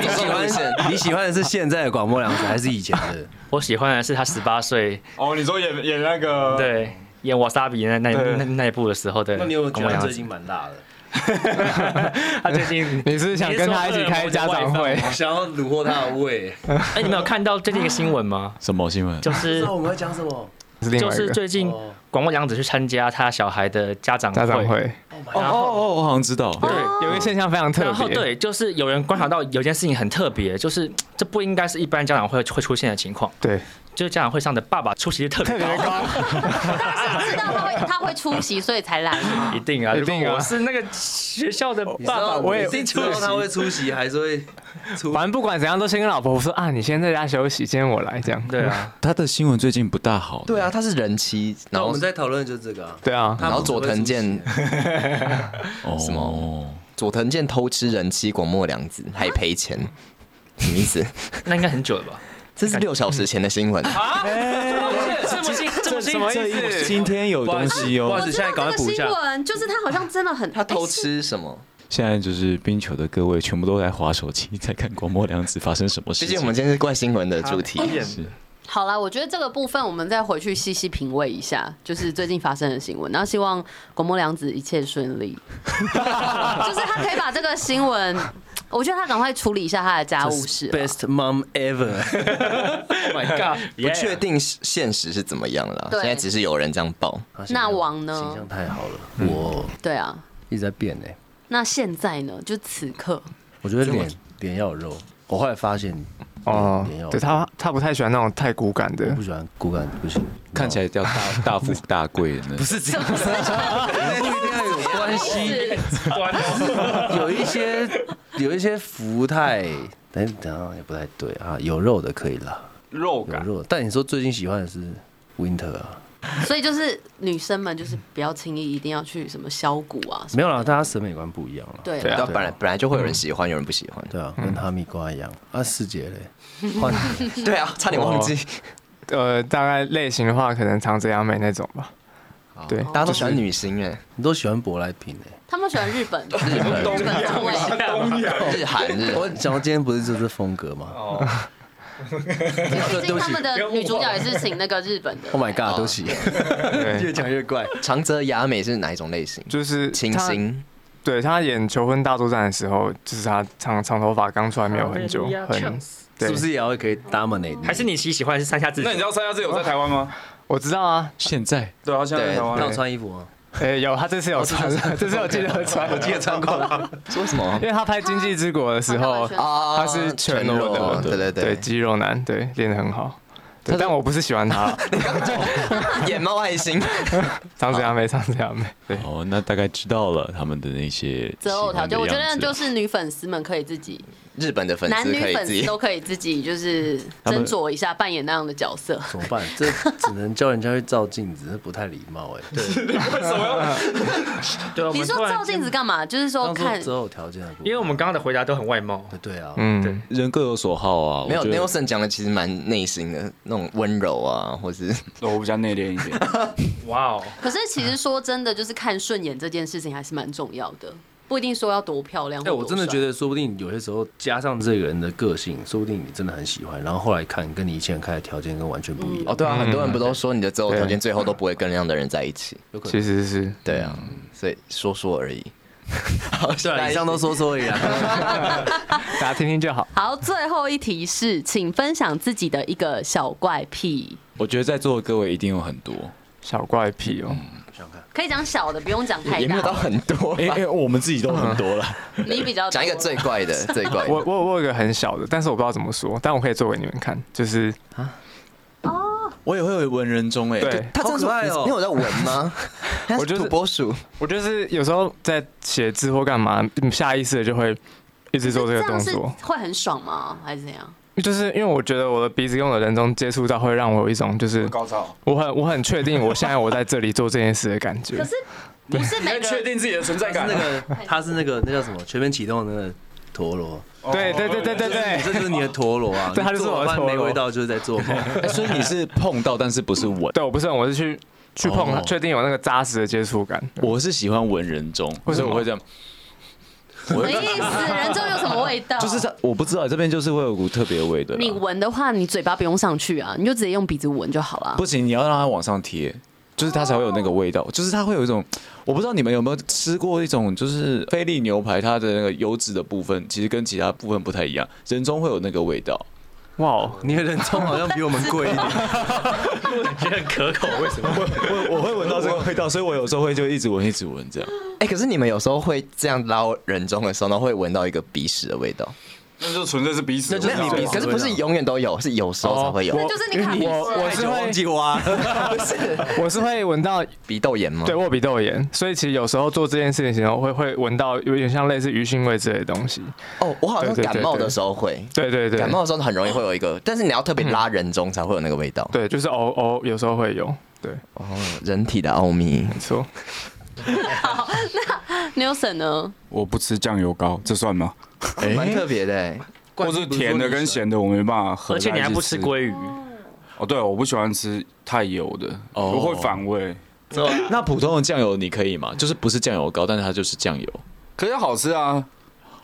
你喜欢你喜欢的是现在的广播凉子，还是以前的？
我喜欢的是他十八岁
哦，你说演演那个，
对演《瓦萨比》那那
哦对
那那一部的时候的
那
广
你
播
有
洋子，
觉得最近蛮辣的？
他最近
你是不是想跟他一起开家长会？
想要虏获他的胃。
哎，你们有看到最近一个新闻吗？
什么新闻？
就
知
是
道我们要讲什么？
是另
就
外一
是
个
最近
哦
广播洋子去参加他小孩的家长
家长
会，
会，
哦哦哦，我好像知道。
对。
有一个现象非常特
然后
别。
对，就是有人观察到有件事情很特别，就是这不应该是一般家长会会出现的情况，
对，
就是家长会上的爸爸出席率特别
特
高
别，高。
他是知道他会他会出席，所以才来吗
一？定啊！
一
如果
定啊
我是那个学校的
你知
爸爸，
道
我
一
也
定知道他会出席，还是会出
反正不管怎样，都先跟老婆说啊，你先在家休息，今天我来这样。
对啊，
他的新闻最近不大好。
对啊，他是人妻，然
那我
后
们在讨论就是这个啊。
对啊，
然后佐藤健，
哦，
什么佐藤健偷吃人妻广末凉子，还赔钱，什么意思？
那应该很久了吧？
这是六小时前的新闻，
这么新，这么新，
这一今天有东西
不好
哦
意。思，现在赶快补一
新
下。
闻就是他好像真的很
他偷吃什么？
现在就是冰球的各位全部都在划手机，在看广末凉子发生什么事
毕
情。
竟我们今天是怪新闻的主
啊
题，
是
好啦，我觉得这个部分我们再回去细细品味一下，就是最近发生的新闻。然后希望广播良子一切顺利，就是他可以把这个新闻，我觉得他赶快处理一下他的家务事啊吧。
Best mom ever，
Oh my god！
不确定是现实是怎么样了。
对
现在只是有人这样报，
那王呢
形象太好了，我
对啊，
一直在变哎、
那现在呢？就此 刻，
我觉得脸脸要有肉。我后来发现，
哦
也有，
对他他不太喜欢那种太骨感的
不，喜欢骨感不行，
看起来叫大大富大贵的那种。不 是
不一定要有关系，有一些有一些福太，等等一下也不太对啊，有肉的可以啦，
肉
有
感。
肉的。但你说最近喜欢的是 Winter 啊？
所以就是女生们就是不要轻易一定要去什么削骨啊什么，
没有啦，大家审美观不一样了。
对
对
啦
啊
对啊，本来本来就会有人喜欢，有人不喜欢。
对
嗯
啊，跟哈密瓜一样啊。世杰嘞，换你
对啊，差点忘记，
呃，大概类型的话，可能长泽雅美那种吧。对，
大家都喜欢女星哎，
你都喜欢舶来品哎。
他们喜欢日本， 日
啊
本日本风味，
日韩日
我讲到今天不是就是风格吗
嗯哦，
毕竟他们的女主角也是请那个日本的。
？Oh my
哦
god，对不起，
对，
讲越怪。
哦长泽雅美是哪一种类型？
就是
清
她。
新，
对他演《求婚大作战》的时候，就是他长长头发刚出来没有很久，
啊
很对
是不是也要可以 dominate？
还是你喜喜欢的是山下智
那你
久
知？道三幺自由在台湾吗？
我知道啊，
现在
对啊，现在
欸
在台
你有
湾。
穿衣服啊吗？
哎、 有他这次有穿，这次有记得穿，我记得穿过，
说什么
因？为他拍《经济之国》的时候
他，
啊
他是哦全裸的，
对对
对，
对，
肌肉男，对，练得很好。对，但我不是喜欢他，
眼冒爱心，
长泽雅美，长泽雅美，对，
哦，那大概知道了他们的那些
择偶条件，我觉得就是是女粉丝们可以自己，
日本的粉
男
丝
女
可以
粉
自
丝
己
都可以自己就是斟酌一下扮演那样的角色。
怎么办？这只能叫人家去照镜子，那不太礼貌哎。对，
对啊，我
你
们突
说
然
照镜子干嘛？就是说
刚说
看
择偶条件的部分，
因为我们刚刚的回答都很外貌，
对啊，
嗯，
人各有所好啊。
没有
我觉得
Nelson 讲的其实蛮内心的，那种温柔啊，或是
我比较内敛一点，
哇哦，
可是其实说真的，就是看顺眼这件事情还是蛮重要的，不一定说要多漂亮。
哎，我真的觉
得，
得，说不定有些时候加上这个人的个性，说不定你真的很喜欢，然后后来看跟你以前看的条件跟完全不一样。
哦，对啊，很多人不都说你的择偶条件
对
最后都不会跟那样的人在一起？
有可能
其实是
嗯对啊，所以说说 而已。
对啊，以上都说说而已啊。
大家听听就好。
好，最后一题是，请分享自己的一个小怪癖，
我觉得在座的各位一定有很多，
小怪癖哦，
可以讲小的，不用讲太
也没有到
大。
很多吧
哎、哎、我们自己都很多了。
你比较
讲一个最怪 的，最怪
我
的，
我我有一个很小的，但是我不知道怎么说，但我可以做给你们看，就是
我也会有文人中哎、
哎对，
他这样
好可爱
子
哦
你有在闻吗？
我
他
就是
是土拨鼠，
我就是有时候在写字或干嘛，嗯下意识的就会一直做这
这
个动
样是
作，
会很爽吗？还是怎样？
就是因为我觉得我的鼻子跟我的人中接触到，会让我有一种就是
高潮。
我很我很确定我 现在我在这里做这件事的感觉
可。是不是每
你
个
确定自己的存在
他
感啊
是那？个，他是那个，那叫什么？全面启动的那个陀螺，
对对对对对
你哎
对，
这就是你的陀螺啊。
对他就是
你做
我的
饭
陀螺
没味道，就是在做梦。
哎所以你是碰到，但是不是吻。
对我不是很我是去去碰它，
哦
确定有那个扎实的接触感。
我是喜欢文人中，
为
所
什
以
么
我会这样。
什么意思？人中有什么味 道？
就是他，我不知道这边就是会有股特别的味的啦。
你闻的话，你嘴巴不用上去啊，你就直接用鼻子闻就好了。
不行，你要让它往上贴，就是它才会有那个味道，就是它会有一种，我不知道你们有没有吃过一种，就是菲力牛排它的那个油脂的部分，其实跟其他部分不太一样，人中会有那个味道。
哇哦，
你的人中好像比我们贵一点。
觉得 很可口，为什么？
我我会闻到这个味道，所以我有时候会就一直闻一直闻这样。
哎，可是你们有时候会这样捞人中的时候，然后会闻到一个鼻屎的味道，
那就纯粹是彼此的味道。
那你鼻
可
子
是不是永远都有，是有时候才会有。
那就是你卡鼻
我我是会
记挖，不是
我是会闻到
鼻窦炎吗？
对，我有鼻窦炎，所以其实有时候做这件事情的时候会会闻到有点像类似鱼腥味之类的东西。
哦，我好像
对对对
感冒的时候会，
对对对，
感冒的时候很容易会有一个，但是你要特别拉人中才会有那个味道。
对，就是偶偶有时候会有，对，
哦，人体的奥秘。
没错。
Nelson 呢？
我不吃酱油膏，这算吗？
蛮特别的、欸，
或是甜的跟咸的，我没办法合
而
在一起
且你还不吃鲑鱼，
哦，对，我不喜欢吃太油的，
哦
我会反胃。
那普通的酱油你可以吗？就是不是酱油膏，但是它就是酱油。
可是好吃啊！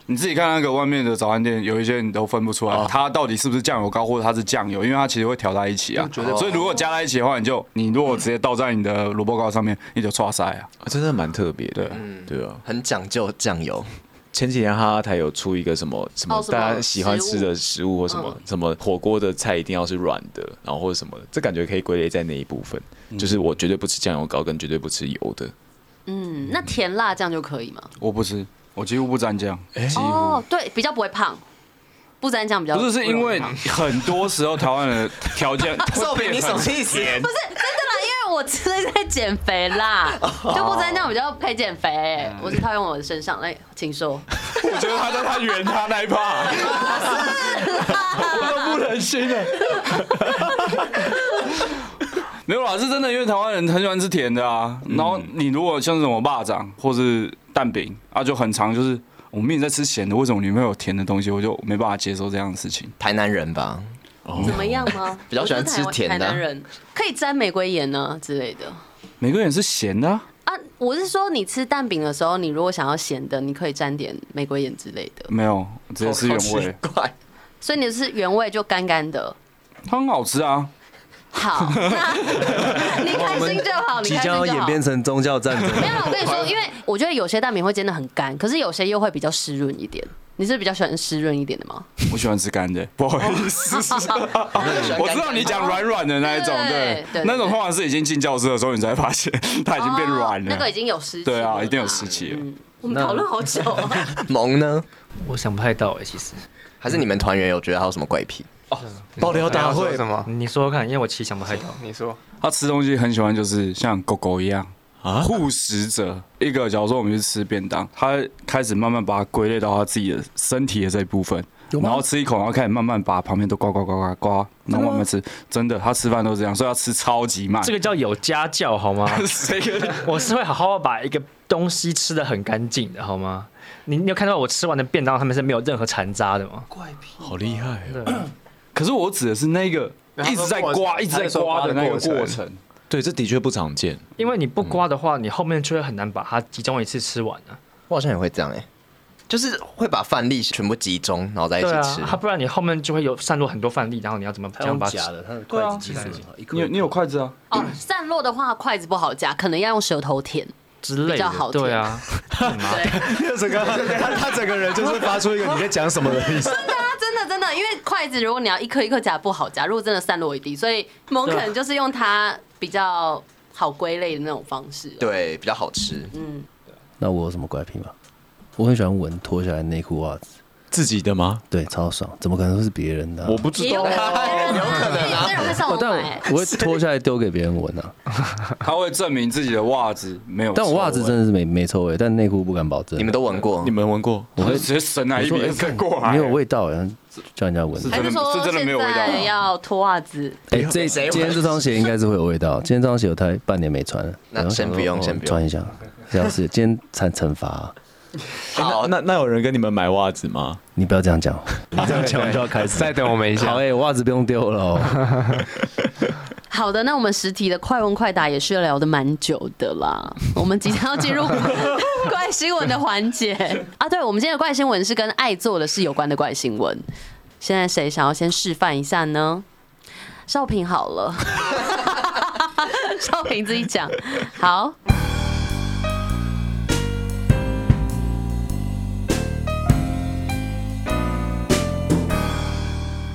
你自己看那个外面的早餐店，有一些你都分不出来，它到底是不是酱油膏，或者它是酱油，因为它其实会调在一起啊。所以如果加在一起的话，你就你如果直接倒在你的萝卜糕上面，你就刷塞啊。
啊、真的蛮特别的，
对
对啊。
很讲究酱油。
前几年哈哈台有出一个什么什么
哦什么嗯
大家喜欢吃的食物或什么什么火锅的菜一定要是软的，然后或者什么的，这感觉可以归类在那一部分，就是我绝对不吃酱油膏跟绝对不吃油的。
嗯，那甜辣酱就可以吗？
我不吃，我几乎不沾酱，几乎
哦，对，比较不会胖，不沾酱比较
不是是因为
不容易胖
很多时候台湾的条件
少平，你什么意思？
因为我真的在减哎肥啦，就不沾酱比较可以减肥。我是套用我的身上，来，请说。
我觉得他在他圆他那一趴，我都不忍心了。没有啦，是真的，因为台湾人很喜欢吃甜的啊。然后你如果像是什么蚂蚱或是蛋饼啊，就很常就是我们也在吃咸的，为什么里面有甜的东西？我就没办法接受这样的事情。
台南人吧，
怎么样吗？
比较喜欢吃
我是台
甜
湾
的
台南人可以沾玫瑰盐呢之类的
每个人是咸的、啊，
啊。我是说，你吃蛋饼的时候，你如果想要咸的，你可以沾点玫瑰盐之类的。
没有直接吃原味，
怪
所以你是原味就干干的。
它很好吃啊。
好，那你开心就好，你
即
开心
将
就
要演
好。
变成宗教战争。
没有啦，我跟你说，因为我觉得有些蛋饼会煎的很干，可是有些又会比较湿润一点。你是比较喜欢湿润一点的吗？
我喜欢吃干的，不好意思，我知道你讲软软的那一种，
哦对对，
对那种通常是已经进教室的时候，你才发现它已经变软
哦那个已
了。
经有湿气了。嗯
啊对啊，一定有湿气了。
我们讨论好久 啊。
萌呢？
我想不太到哎、其实
还是你们团员有觉得他有什么怪癖？
爆料大
要说
会
什么？
你说说看，因为我其实想不太到。
你说
他吃东西很喜欢就是像狗狗一样。护食者，一个假如说我们去吃便当，他开始慢慢把它归类到他自己的身体的这一部分，然后吃一口，然后开始慢慢把旁边都刮刮刮刮刮，然后慢慢吃。真的，他吃饭都这样，所以他吃超级慢。
这个叫有家教好吗？
谁跟你
我是会好好把一个东西吃的很干净的好吗？你你有看到我吃完的便当上面是没有任何残渣的吗？
好厉害哦！
可是我指的是那个
然后
一
他说
直在
过程
刮、一直在刮的那个过程。
对，这的确不常 见。
因为你不刮的话，你后面就会很难把它集中一次吃完啊。
我好像也会这样哎、就是会把饭粒全部集中，然后在一
对啊
起吃。，
它不然你后面就会有散落很多饭粒，然后你要怎么这
他
样
用
把它
假
吃？
的，他的筷子技术很好。一口
你有你有筷子啊？
哦，散落的话，筷子不好夹，可能要用舌头舔。
之
比
类
较
的
好，
对啊，
整个他他整个人就是发出一个你在讲什么的意思。
啊，真的真的，因为筷子如果你要一颗一颗夹不好夹，如果真的散落一地，所以某可能就是用它比较好归类的那种方式。，
对，比较好吃。
那我有什么怪癖吗？我很喜欢闻脱下来内裤袜子，
自己的吗？
对，超爽。怎么可能会是别人的啊、
我不知
也有
道
可。能，有可能啊，这种会上
我
网
但
买。
我会脱下来丢给别人闻啊。
他会证明自己的袜子没有臭味。
但我袜子真的是没没臭味，但内裤不敢保证。
你们都闻过
你？们闻过？
我会直接伸来一
说哎
边伸过来，
没有味道，然后叫人家闻。
还是说
是真的没有味道啊
现在要脱袜子？
哎、这今天这双鞋应该是会有味道。今天这双鞋我大概半年没穿了，
那
然后
先
想说
不用
哦
先不用
穿一下。这样是今天才惩罚啊、
好，那那有人跟你们买袜子吗？
你不要这样讲，你这样讲我就要开始。
再等我们一下
好。哎、袜子不用丢了、哦。
好的，那我们实体的快问快答也是聊的蛮久的啦。我们即将要进入 怪新闻的环节啊！对，我们今天的怪新闻是跟爱做的事有关的怪新闻。现在谁想要先示范一下呢？少平好了，少平自己讲。好，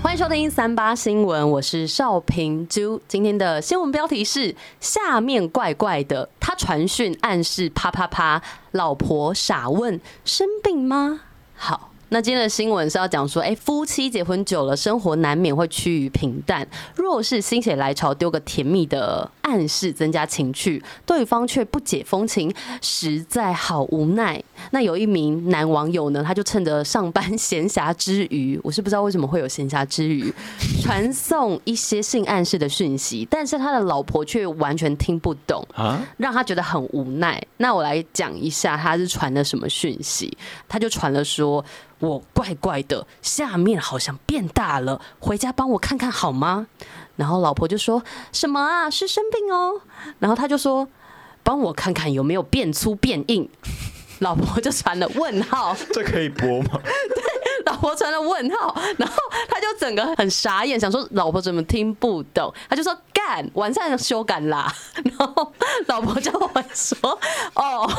欢迎收听三八新闻，我是邵平珠。今天的新闻标题是：下面怪怪的，他传讯暗示啪啪啪，老婆傻问生病吗？好。那今天的新闻是要讲说，哎、夫妻结婚久了，生活难免会趋于平淡。若是心血来潮丢个甜蜜的暗示，增加情趣，对方却不解风情，实在好无奈。那有一名男网友呢，他就趁着上班闲暇之余，我是不知道为什么会有闲暇之余，传送一些性暗示的讯息，但是他的老婆却完全听不懂，
啊，
让他觉得很无奈。那我来讲一下他是传了什么讯息，他就传了说：“我怪怪的，下面好像变大了，回家帮我看看好吗？”然后老婆就说：“什么啊，是生病哦。”然后他就说：“帮我看看有没有变粗变硬。”老婆就传了问号，
这可以播吗？
老婆传了问号，然后他就整个很傻眼，想说老婆怎么听不懂，他就说干，晚上修改啦。然后老婆就我说哦，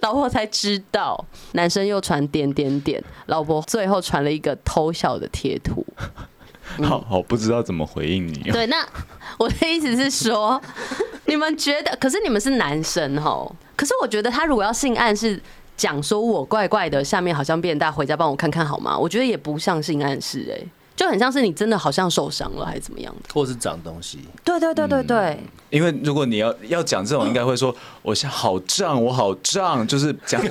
老婆才知道。男生又传点点点，老婆最后传了一个偷笑的贴图。
好好，不知道怎么回应你哦。
嗯对，那我的意思是说，你们觉得，可是你们是男生吼，可是我觉得他如果要性暗示。讲说我怪怪的，下面好像变大，回家帮我看看好吗？我觉得也不像性暗示哎、就很像是你真的好像受伤了还是怎么样的。
或是长东西，
对对对对对，
因为如果你要要讲这种，应该会说我是好胀，我好胀，就是讲
嗯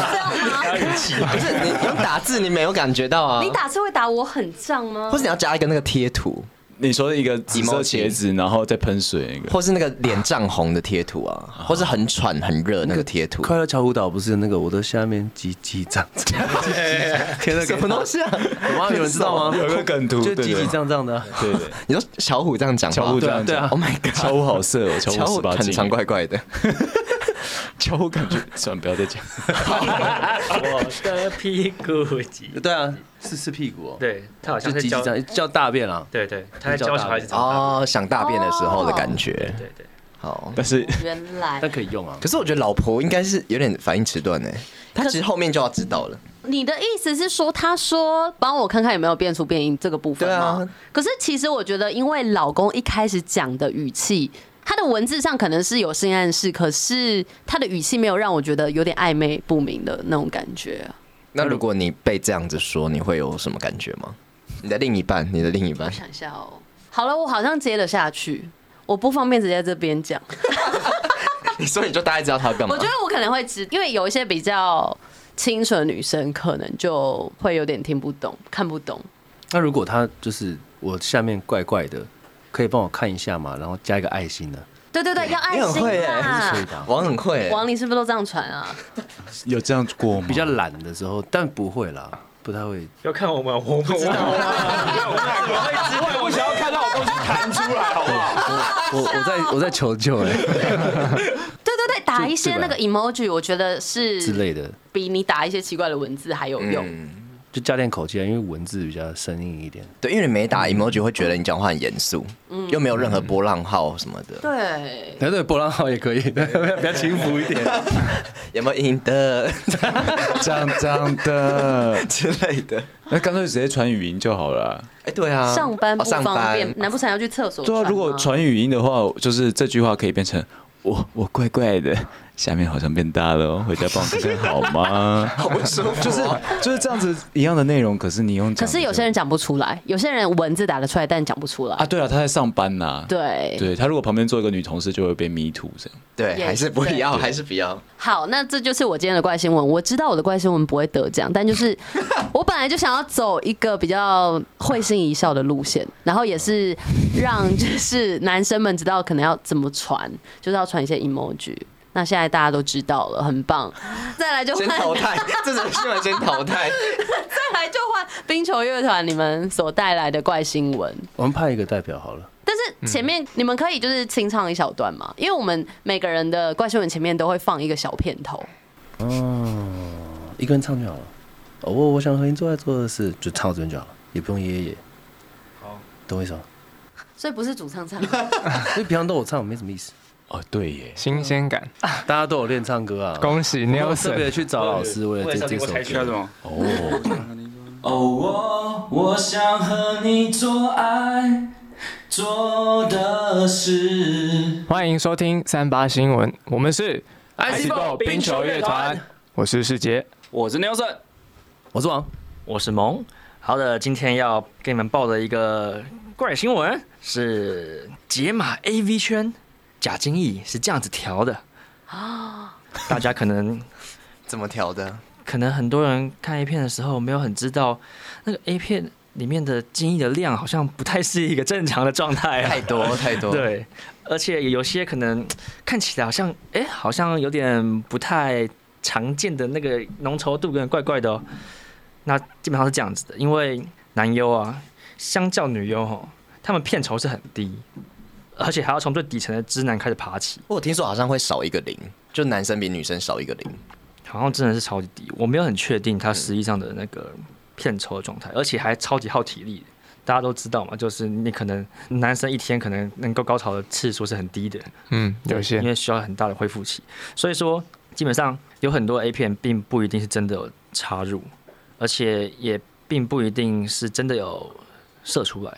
不是你用打字你没有感觉到啊
你，打字会打我很胀吗
或？是你要加一个那个贴图，
你说的一个紫色茄子，然后再喷水那个，
或是那个脸涨红的贴图啊，或是很喘很热那个贴图，
快乐乔舞蹈不是那个我的下面鸡鸡胀胀， 贴那个
什么东西啊？
有吗？有人知道吗？
有一个梗图，
哦 就
对
鸡鸡
对
胀胀的啊，
对哦对，
你说巧虎这样讲话，
乔布这样
对啊
讲
对
，Oh my god，
乔布好色哦，乔
巧
布
虎
十八
很
禁，
常怪怪的，
乔布感觉，算了，不要再讲。
我的屁股急。
对啊，是是屁股哦，
对他好
就
像
鸡
在教，
鸡胀叫大便啊，
对对，他在教小孩子怎么打
哦，想大便的时候的感觉，
对对，
好。
但是
原来
但可以用啊。
可是我觉得老婆应该是有点反应迟钝哎，她其实后面就要知道了。
你的意思是说，他说帮我看看有没有变出变音这个部分吗？
对啊
可是其实我觉得，因为老公一开始讲的语气，他的文字上可能是有性暗示，可是他的语气没有让我觉得有点暧昧不明的那种感觉。啊
那如果你被这样子说，你会有什么感觉吗？你的另一半，你的另一 半
我，想一下哦，好了，我好像接了下去，我不方便直接在这边讲。
你说你就大概知道他要干嘛
我觉？得我可能会知，因为有一些比较清纯的女生，可能就会有点听不懂、看不懂。
那如果他就是我下面怪怪的，可以帮我看一下嘛，然后加一个爱心啊呢？
对对对，要爱
你很会
心
欸
啊！
王很会欸，
王林是不是都这样传啊？
有这样过吗？
比较懒的时候，但不会啦，不太会。
要看我们，我不知道，
我想要看到我东西弹出来，好不好？
我我在我在求救哎、
对对对，打一些
对吧
那个 emoji，我觉得
之
是
类的，
比你打一些奇怪的文字还有用。
嗯，
就加点口气啊，因为文字比较生硬一点。
对，因为你没
嗯
打 emoji 会觉得你讲话很严肃，又没有任何波浪号什么的，
对，
哎，对，波浪号也可以，比较轻浮一点。
有没有赢的
脏脏的，
之类的？
那干脆直接传语音就好了啊。
哎，对啊，
上班不
哦上
方便
班，，
难不成要去厕所？
对啊，如果，传语音的话，就是这句话可以变成我我怪怪的，下面好像变大了哦，回家帮我看看好吗？ 好不舒服，哦就是就是这样子一样的内容，可是你用
可
讲的
是有些人讲不出来，有些人文字打得出来，但讲不出来。
啊，对啊，他在上班呐，
对，
对他如果旁边坐一个女同事，就会被迷途这样。
对，
也
还是不
对
要，还是不要。
好，那这就是我今天的怪新闻。我知道我的怪新闻不会得奖，但就是 我本来就想要走一个比较会心一笑的路线，然后也是 让就是男生们知道可能要怎么传，就是要传一些 emoji。那现在大家都知道了，很 棒。再来就
先
换，
淘汰，这种新闻先淘汰。
再来就换冰球乐团你们所带来的怪新闻。
我们派一个代表好了，
但是前
嗯
面你们可以就是清唱一小段嘛，因为我们每个人的怪新闻前面都会放一个小片头。
一个人唱就好了。哦，我我想和你做爱做的事，就唱到这边就好了，也不用耶耶耶。好，懂我意思吗？
所以不是主唱唱，
因为平常都有唱，没什么意思。
哦，对耶，
新鲜感。
大家都有练唱歌啊，
恭喜
然后特
Nelson，
别去找老师为了这这首
需要什
歌。
么？
哦，我我想和你做爱做的事。
欢迎收听三八新闻，我们是
IC
爆冰球乐团，我是世杰。
我是 Nelson，
我是王，
我是萌。好的，今天要给你们报的一个怪新闻是解码 AV 圈，假金翼是这样子调的啊。
哦
大家可能
怎么调的？
可能很多人看 A 片的时候没有很知道，那个 A 片里面的精液的量好像不太是一个正常的状态、啊，
太多太多。，
对，而且有些可能看起来好像，哎、好像有点不太常见的那个浓稠度，有点怪怪的哦。那基本上是这样子的，因为男优啊，相较女优哦，他们片酬是很低，而且还要从最底层的直男开始爬起，
我有听说好像会少一个零，就男生比女生少一个零。
好像真的是超级低。我没有很确定他实际上的那个片酬的状态，而且还超级耗体力。大家都知道嘛，就是你可能男生一天可能能够高潮的次数是很低的，
嗯，有些
因为需要很大的恢复期，所以说基本上有很多 A 片并不一定是真的有插入，而且也并不一定是真的有射出来，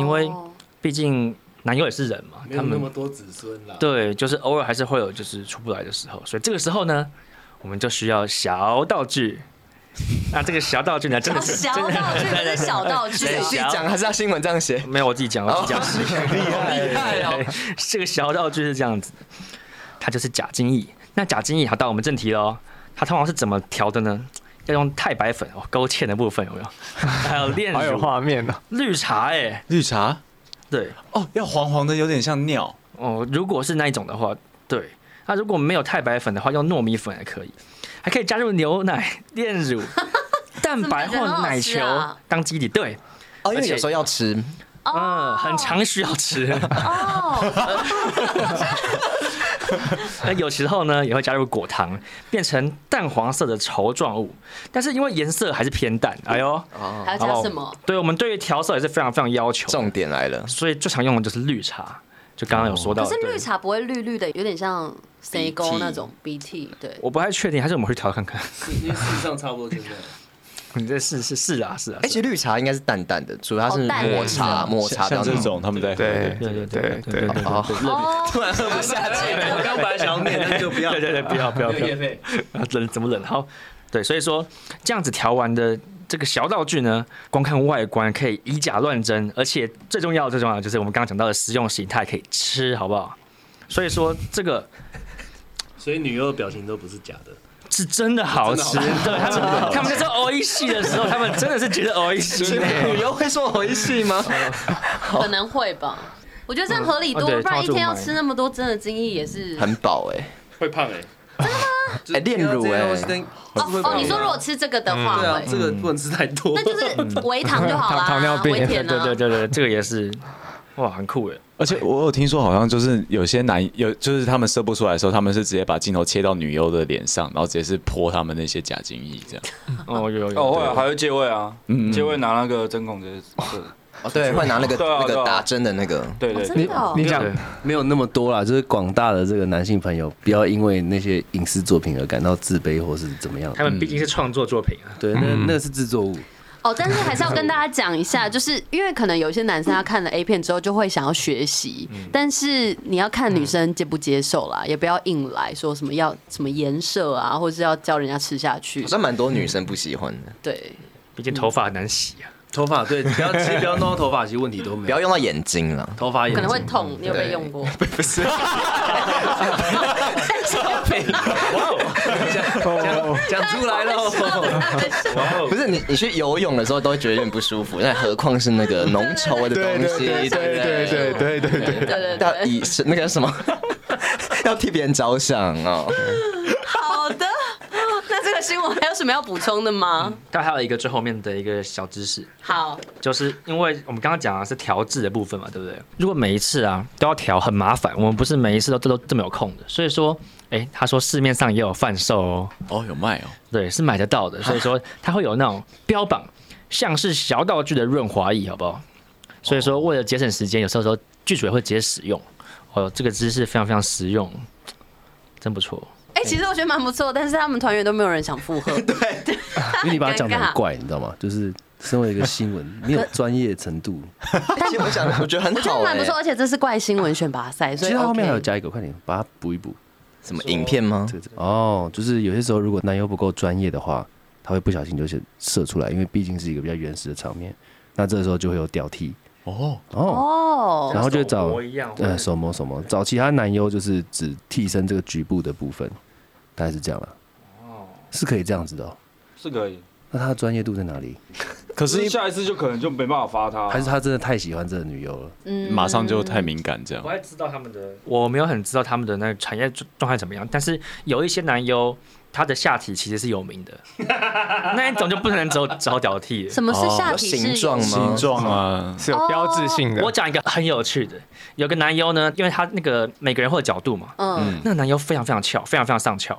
因为
哦
毕竟男友也是人嘛，他们
多子孙啦。
对，就是偶尔还是会有就是出不来的时候，所以这个时候呢，我们就需要小道具那这个小道具呢， 真的是
哦小道具不是小道具
仔
啊
细讲还是要新闻这样写？
没有，我自己讲，我自己讲， 厉
害哦！
这个小道具是这样子，它就是假精液。那假精液好，到我们正题喽。它通常是怎么调的呢？要用太白粉哦，勾芡的部分有 没有？还有炼
好有
乳、
画面呢、哦
绿茶、哎，
绿茶
对
哦，要黄黄的，有点像尿。
哦，如果是那一种的话，对。那如果没有太白粉的话，用糯米粉也可以，还可以加入牛奶、炼 乳、蛋白
怎么感觉
或
很好
奶
吃
球
啊
当基底。对，
哦，因
而
为
且
有时候要吃，
嗯，很常需要吃。
哦，
那有时候呢，也会加入果糖，变成淡黄色的稠状物，但是因为颜色还是偏淡。哎呦，
嗯还要加什么？
对我们对于调色也是非常非常要求，
重点来了，
所以最常用的就是绿茶，就刚刚有说到
哦可
的。
是绿
对
茶不会绿绿的，有点像 C 沟那种 BT，对，
我不太确定，还是我们去调看看。
因为事实上差不多就是这样。
你这是是是啊是啊，
哎
而且哎绿茶应该是淡淡的，主要它是
哦淡的
抹茶抹茶
像
到
这
那。
种他们在喝
对
的，
对对对
对
对对
对
对对，
好，
哦，
我刚本来想要念，但就不要。
对对对，不要不要不要，啊冷怎么冷？好，对，所以说这样子调完的这个小道具呢，光看外观可以以假乱真，而且最重要的最重要的就是我们刚刚讲到的实用形态可以吃，好不好？所以说这个
所以女优的表情都不是假 的。
是真的好吃，对他们他们在做 O E 系的时候，他们真的是觉得 O E 系呢。
旅游会说回戏吗？
可能会吧。我觉得这样合理多
哦
了，
对
不然一天
超
要
出门
吃那么多，真的精益也是。
很饱哎，
会胖哎、
哎炼乳哎，
哦哦，你说如果吃这个的话，
对啊
会，
这个不能吃太多。
那
嗯
就是微糖就好啦，
糖糖尿病
微甜
对
啊，
对对对，这个也是，哇，很酷哎。
而且我有听说，好像就是有些男有，就是他们射不出来的时候，他们是直接把镜头切到女优的脸上，然后直接是泼他们那些假精液这样。
哦，有有有。
哦，会啊，还会借位啊，
嗯
借位拿那个针孔直接，
哦对，会拿那个
对啊
那
对
个
啊
打针的那个，
对对对
真的哦。
你讲
没有那么多啦，就是广大的这个男性朋友，不要因为那些影视作品而感到自卑或是怎么样
他。们毕竟是创作作品啊，
对，那那个是制作物。
哦，但是还是要跟大家讲一下，就是因为可能有一些男生他看了 A 片之后就会想要学习，但是你要看女生接不接受啦，也不要硬来说什么要什么颜色啊，或者是要教人家吃下去
好。像蛮多女生不喜欢的，
对，
毕竟头发很难洗啊。
头发 对，不要其实不要弄到头发，其实问题都没
不要
有。
用到眼睛了。
头发也
可能会痛，你有没有用 过？不是，
讲出来了。
不是你，你去游泳的时候都会觉得有点不舒服，那何况是那个浓稠的东西，对对
对对对对对，
对对对，
要以是那个什么，要替别人着想哦。
好的。那这个新闻还有什么要补充的吗？
嗯
但还有一个最后面的一个小知识，
好，
就是因为我们刚刚讲的是调制的部分嘛，对不对？如果每一次啊都要调，很麻烦。我们不是每一次都都都这么有空的，所以说，哎，他说市面上也有贩售哦，
哦，有卖哦，
对，是买得到的。所以说，它会有那种标榜像是小道具的润滑液，好不好？所以说，为了节省时间，有时候说剧组也会直接使用。哦，这个知识非常非常实用，真不错。
嗯
哎、其实我觉得蛮不错，但是他们团员都没有人想附 和。
因为你把它讲的很怪，你知道吗？就是身为一个新 闻，你有专业程度。
其实我想，我觉得很
我觉
好
得
哎、
蛮不错，而且这是怪新闻选拔赛，
其
所以
实它后面还有
OK。
加一个，快点把它补一补。
什么影片吗？
这个哦，就是有些时候如果男优不够专业的话，他会不小心就是射出来，因为毕竟是一个比较原始的场面。那这时候就会有屌踢
哦，
哦，
哦，
然后就
手
找
模一样
呃手模手模找其他男优，就是只替身这个局部的部分，大概是这样了。是可以这样子的、哦。
是可以。
那他的专业度在哪里？
可
可
是
是下一次就可能就没办法发他，啊
还是他真的太喜欢这个女优了？
嗯马上就太敏感这样
不。太知道他们的，我没有很知道他们的那个产业状态怎么样，但是有一些男优，他的下体其实是有名的，那一种就不能走找屌替了。
什么是下
哦有
体
形
是
状吗？
状啊，
是有标志性的。
哦我讲一个很有趣的，有个男优呢，因为他那个每个人会有角度嘛，
嗯，
那个男优非常非常翘，非常非常上翘，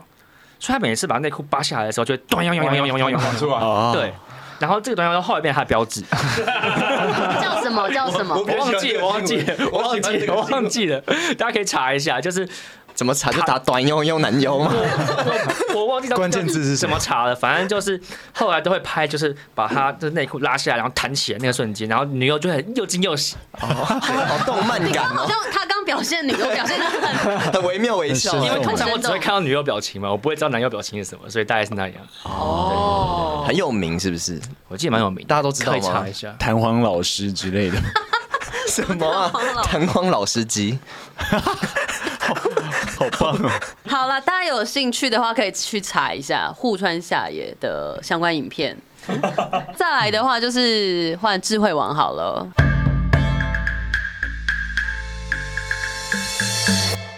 所以他每次把内裤扒下来的时候，就会咚咚咚咚咚咚咚
出来。
对，然后这个东西后来变成他的标志，
嗯叫什么叫什么？
我忘记，我忘记，我忘记，我忘记了，大家可以查一下，就是
怎么查就查短优优男优吗？
我忘记到
关键字是什
怎
么
么查了，反正就是后来都会拍，就是把他的内裤拉下来，然后弹起来那个瞬间，然后女友就很又惊又喜。
好动漫感
好
哦。
像他刚表现女优表现的很
很惟妙惟肖。
因为通常我
很生
只
动
会看到女优表情嘛，我不会知道男优表情是什么，所以大概是那样。
哦，
很有名是不是？
我记得蛮有名的，
大家都知道
可
吗
以查一下。
弹簧老师之类的，
什么啊？弹簧老司机，
好棒哦！
好了，大家有兴趣的话可以去查一下户川夏野的相关影 片。再来的话就是换智慧王好了，
嗯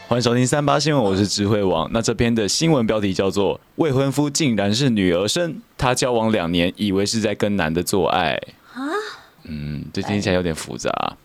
欢迎收听三八新闻，我是智慧王。那这篇的新闻标题叫做《未婚夫竟然是女儿身》，她交往两年，以为是在跟男的做爱。嗯，这听起来有点复杂。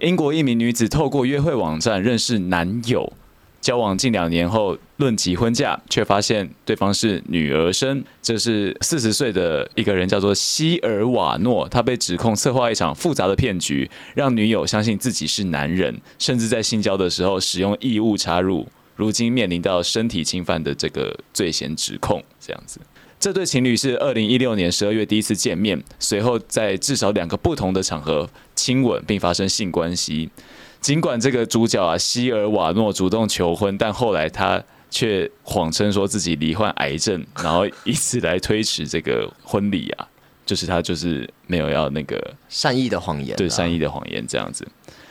英国一名女子透过约会网站认识男友，交往近两年后论及婚嫁，却发现对方是女儿身。这是四十岁的一个人，叫做希尔瓦诺，他被指控策划一场复杂的骗局，让女友相信自己是男人，甚至在性交的时候使用异物插入。如今面临到身体侵犯的这个罪嫌指控，这样子。这对情侣是二零一六年十二月第一次见面，随后在至少两个不同的场合亲吻并发生性关系。尽管这个主角啊希尔瓦诺主动求婚，但后来他却谎称说自己罹患癌症，然后以此来推迟这个婚礼啊，就是他就是没有要那个
善意的谎言、啊，
对善意的谎言这样子。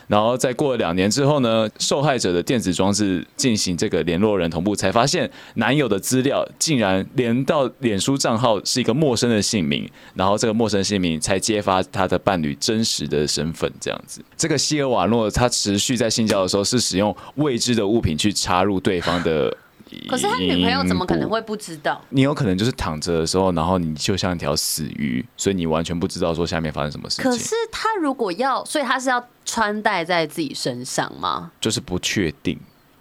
然后再过了两年之后呢，受害者的电子装置进行这个联络人同步，才发现男友的资料竟然连到脸书账号是一个陌生的姓名，然后这个陌生姓名才揭发他的伴侣真实的身份。这样子，这个希尔瓦诺他持续在性交的时候是使用未知的物品去插入对方的阴部。
可是他女朋友怎么可能会不知道？
你有可能就是躺着的时候，然后你就像一条死鱼，所以你完全不知道说下面发生什么
嗯
事情。
可是他如果要，所以他是要穿戴在自己身上吗？
就是不确定，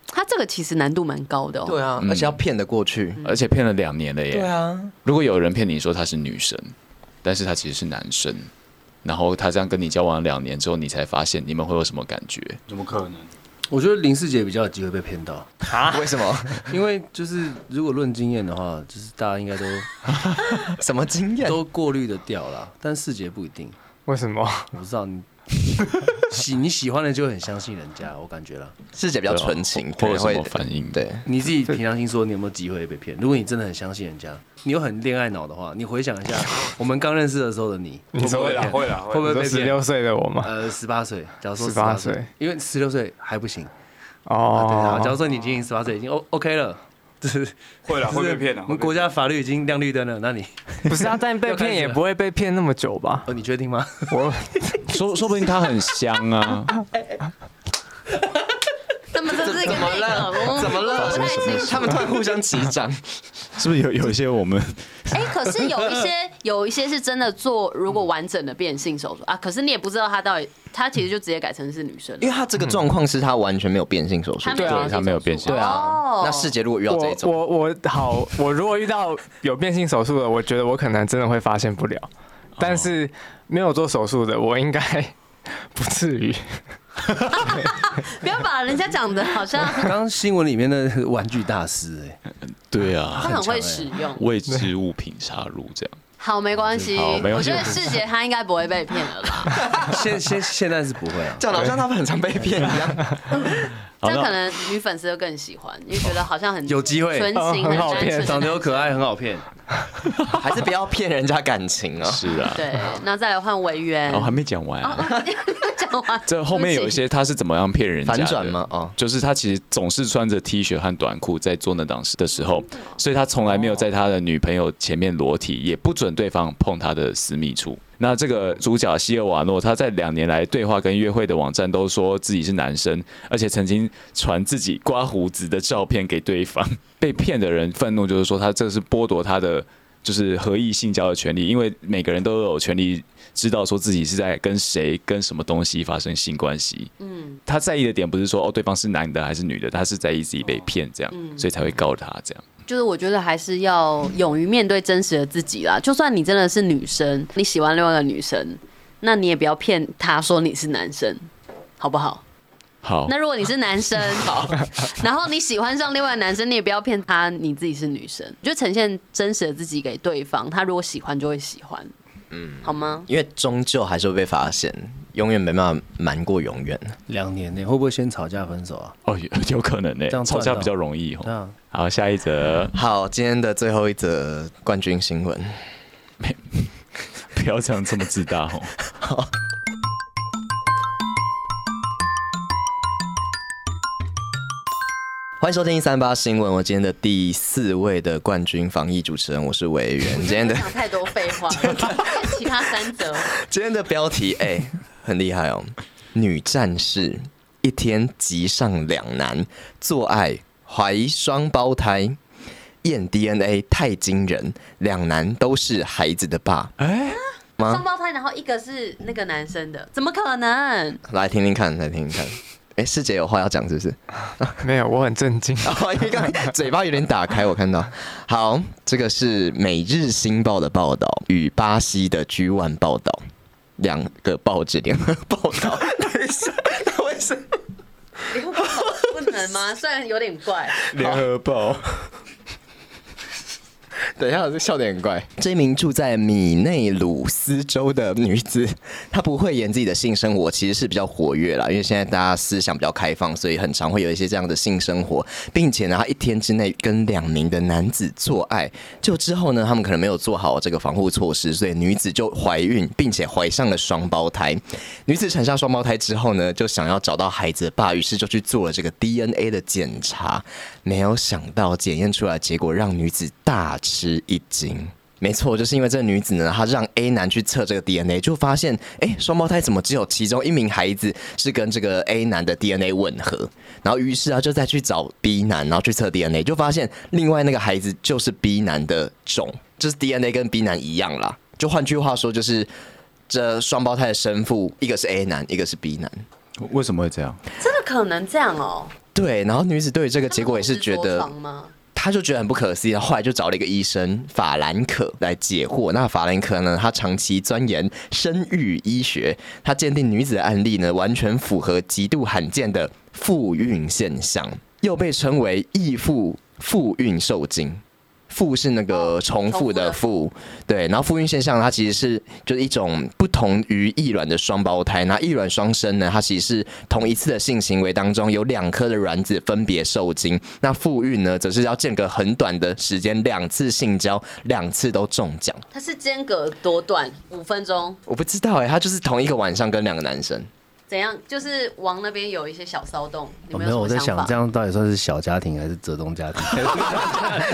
他这个其实难度蛮高的哦、
对
嗯
啊，而且要骗得过去。
而且骗了两年了耶。
啊，
如果有人骗你说他是女生，但是他其实是男生，然后他这样跟你交往两年之后，你才发现，你们会有什么感觉？
怎么可能？
我觉得林世杰比较有机会被骗到，
为什么？
因为就是如果论经验的话，就是大家应 该都
什么经验？
都过滤的掉啦，但世杰不一定，
为什么？
我不知道你 喜你喜欢的就很相信人家，我感觉啦。
师姐比较纯情，
啊
可
或者
能
什
会
么反应？
对。
你自己平常心说，你有没有机会被骗？如果你真的很相信人家，你有很恋爱脑的话，你回想一 下我们刚认识的时候的你，
你说
会啦会啦，
会不啊
会
会被
十
骗
六？岁的我吗？
呃，十八岁，假如说
18
18
岁，
因为十六岁还不行。啊对啊，假如
哦，
说你已经十八岁，已经 O OK 了，就是
会啦，
就
会
是
被骗的。
我们国家法律已经亮绿灯了，那你
不是啊，但被骗也不会被骗那么久吧？
哦，你确 定吗？
我
说说不定他很香啊，
他们这是一个
怎么
内
了
梗，？
怎么了
我不太清？楚
他。们突然互相击 掌，
是不是有有一些我们
哎、可是有一 些有一些是真的做，如果完整的变性手术啊，可是你也不知道他到底，他其实就直接改成是女生了
因为他这个状况是他完全没有变性手术
他，没
对啊
有
他没有变性
对啊
哦。
那世杰如果遇到这一
我
种，
我我好，我如果遇到有变性手术的，我觉得我可能真的会发现不了，但是没有做手术的，我应该不至于。
不要把人家讲的好 像
刚刚新闻里面的玩具大师，哎，
对
他
啊，
很
欸
会使用。
未知物品插入这 样，
好，没关系，
好没
我
关系
觉得世杰他应该不会被骗了 啦，
现现现在是不会啊。
讲得好像他们很常被骗一样。
这
那
可能女粉丝就更喜欢，因为觉得好像很
有机会
纯情
哦很好
单纯
骗
长得又可爱，很好骗。
还是不要骗人家感情 啊！
是啊，
对，那再来换维园
然后、，还没讲完啊，
讲完
这后面有一些他是怎么样骗人家的
反转吗？哦，
就是他其实总是穿着 T 恤和短裤在做那档事的时候，所以他从来没有在他的女朋友前面裸体，也不准对方碰他的私密处。那这个主角希尔瓦诺，他在两年来对话跟约会的网站都说自己是男生，而且曾经传自己刮胡子的照片给对方。 被骗的人愤怒，就是说他这是剥夺他的就是合意性交的权利，因为每个人都有权利知道说自己是在跟谁、跟什么东西发生性关系。嗯，他在意的点不是说哦对方是男的还是女的，他是在意自己被骗这样，所以才会告他这样。
就是我觉得还是要勇于面对真实的自己啦。就算你真的是女生，你喜欢另外一个女生，那你也不要骗她说你是男生，好不好？
哦
好
那，如果你是男 生，好，然后你喜欢上另外一个男生，你也不要骗他你自己是女生，就呈现真实的自己给对方。他如果喜欢就会喜欢，嗯，好吗？
因为终究还是会被发现，永远没办法瞒过永远。
两年内会不会先吵架分手啊？
哦，有有可能呢、
这样
吵
赚
架
到
比较容易
对
哦。
啊，
好，下一则，
好，今天的最后一则冠军新闻，
不要这样这么自大哦。
欢迎收听三八新闻。我今天的第四位的冠军防疫主持人，我是委 员。嗯今天的
讲太多废话，其他三 则
今天的标题哎、很厉害哦，女战士一天急上两难，做爱怀双胞胎，验 DNA 太惊人，两男都是孩子的爸。哎、
双
吗？
胞胎，然后一个是那个男生的，怎么可 能？
来听听看，来听听看。哎、师姐有话要讲是不是？
没有，我很震惊。
哦，因为刚才嘴巴有点打开，我看到。好，这个是《每日新报》的报道与巴西的 G One 报道，两个报纸联合报道。等一下，为什么？
不能吗？虽然有点怪，
联合报。等一下，这笑点很怪。这名住在米内鲁斯州的呃女子，她不讳言自己的性生活其实是比较活跃啦，因为现在大家思想比较开放，所以很常会有一些这样的性生活，并且呢，她一天之内跟两名的男子做爱，就之后呢，他们可能没有做好这个防护措施，所以女子就怀孕，并且怀上了双胞胎。女子产下双胞胎之后呢，就想要找到孩子的爸，于是就去做了这个 DNA 的检查，没有想到检验出来的结果让女子大吃一惊。没错，就是因为这个女子呢，她让 A 男去测这个 DNA，就发现，哎，双胞胎怎么只有其中一名孩子是跟这个 A 男的 DNA 吻合？然后于是啊，就再去找 B 男，然后去测 DNA，就发现另外那个孩子就是 B 男的种，就是 DNA 跟 B 男一样啦。就换句话说，就是这双胞胎的生父，一个是 A 男，一个是 B 男。
为什么会这样？
真的可能这样哦、
对，然后女子对于这个结果也是觉
他们同时
得
着床吗？
他就觉得很不可思议，然后后来就找了一个医生法兰可来解惑。那法兰可呢，他长期钻研生育医学，他鉴定女子的案例呢，完全符合极度罕见的复孕现象，又被称为异妇复孕受精。复是那个哦重复的复，对，然后复孕现象它其实是就是一种不同于异卵的双胞胎，那异卵双生呢，它其实是同一次的性行为当中有两颗的卵子分别受精，那复孕呢，则是要间隔很短的时间两次性交，两次都中奖。
它是间隔多短？五分钟？
我不知道哎、它就是同一个晚上跟两个男生，
怎样？就是王那边有一些小骚动，你
哦
们
没有，我
有什
在
么想
想
法？
这样到底算是小家庭还是折中 家庭？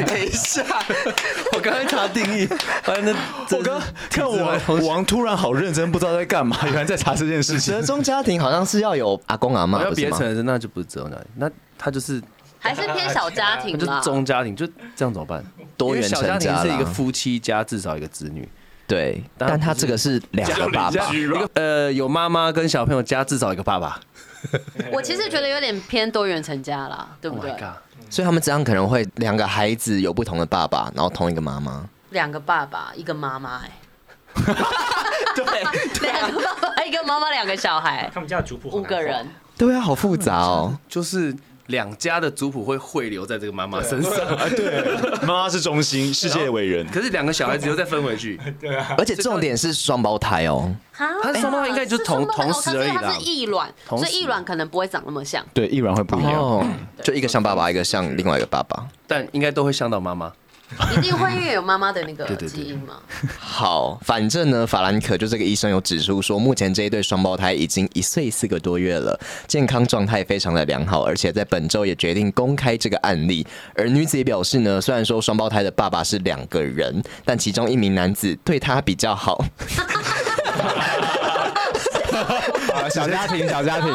等一下，
我刚才查定义，发现那
我刚看我王突然好认真，不知道在干 嘛，原来在查这件事情
折。中家庭好像是要有阿公阿妈，
要
不是
别
吗
成？人，那就不是折中家庭，那他就是
还是偏小家庭
啊就
啦
是。中家庭，就这样怎么办？
多元
因为小
成
家庭
家
是一个
啦
夫妻加至少一个子女，
对，
当然
但他
不是
这个是两个爸爸。
一个呃有妈妈跟小朋友加至少一个爸爸。
我其实觉得有点偏多元成家啦，对
Oh
不对
my？god！
所以他们这样可能会两个孩子有不同的爸爸，然后同一个妈妈。
两个爸爸，一个妈妈， 哎，对，
啊
两个爸爸，一个妈妈，两个小孩，
他们家的族谱好
Oh
五
难
个
画
人，
对啊，好复杂哦。
就是两家的族谱会汇流在这个妈妈身上，
妈妈是中心，世界伟人。
可是两个小孩子又再分回去，
而且重点是双胞胎
嗯
哦。
哈哎
他是双胞胎应该就是同
是双胞胎
同时而已
哦
啦
它是异卵，
同时
所以异卵可能不会长那么 像。
对，易然会不一样。
哦，就一个像爸爸，一个像另外一个爸爸。
但应该都会像到妈妈。
一定会因为有妈妈的那个
对
基因嘛。
好，反正呢，法兰可就这个医生有指出说，目前这一对双胞胎已经一岁四个多月了，健康状态非常的良好，而且在本周也决定公开这个案例。而女子也表示呢，虽然说双胞胎的爸爸是两个人，但其中一名男子对她比较 好。
啊
小家 庭，小家 庭，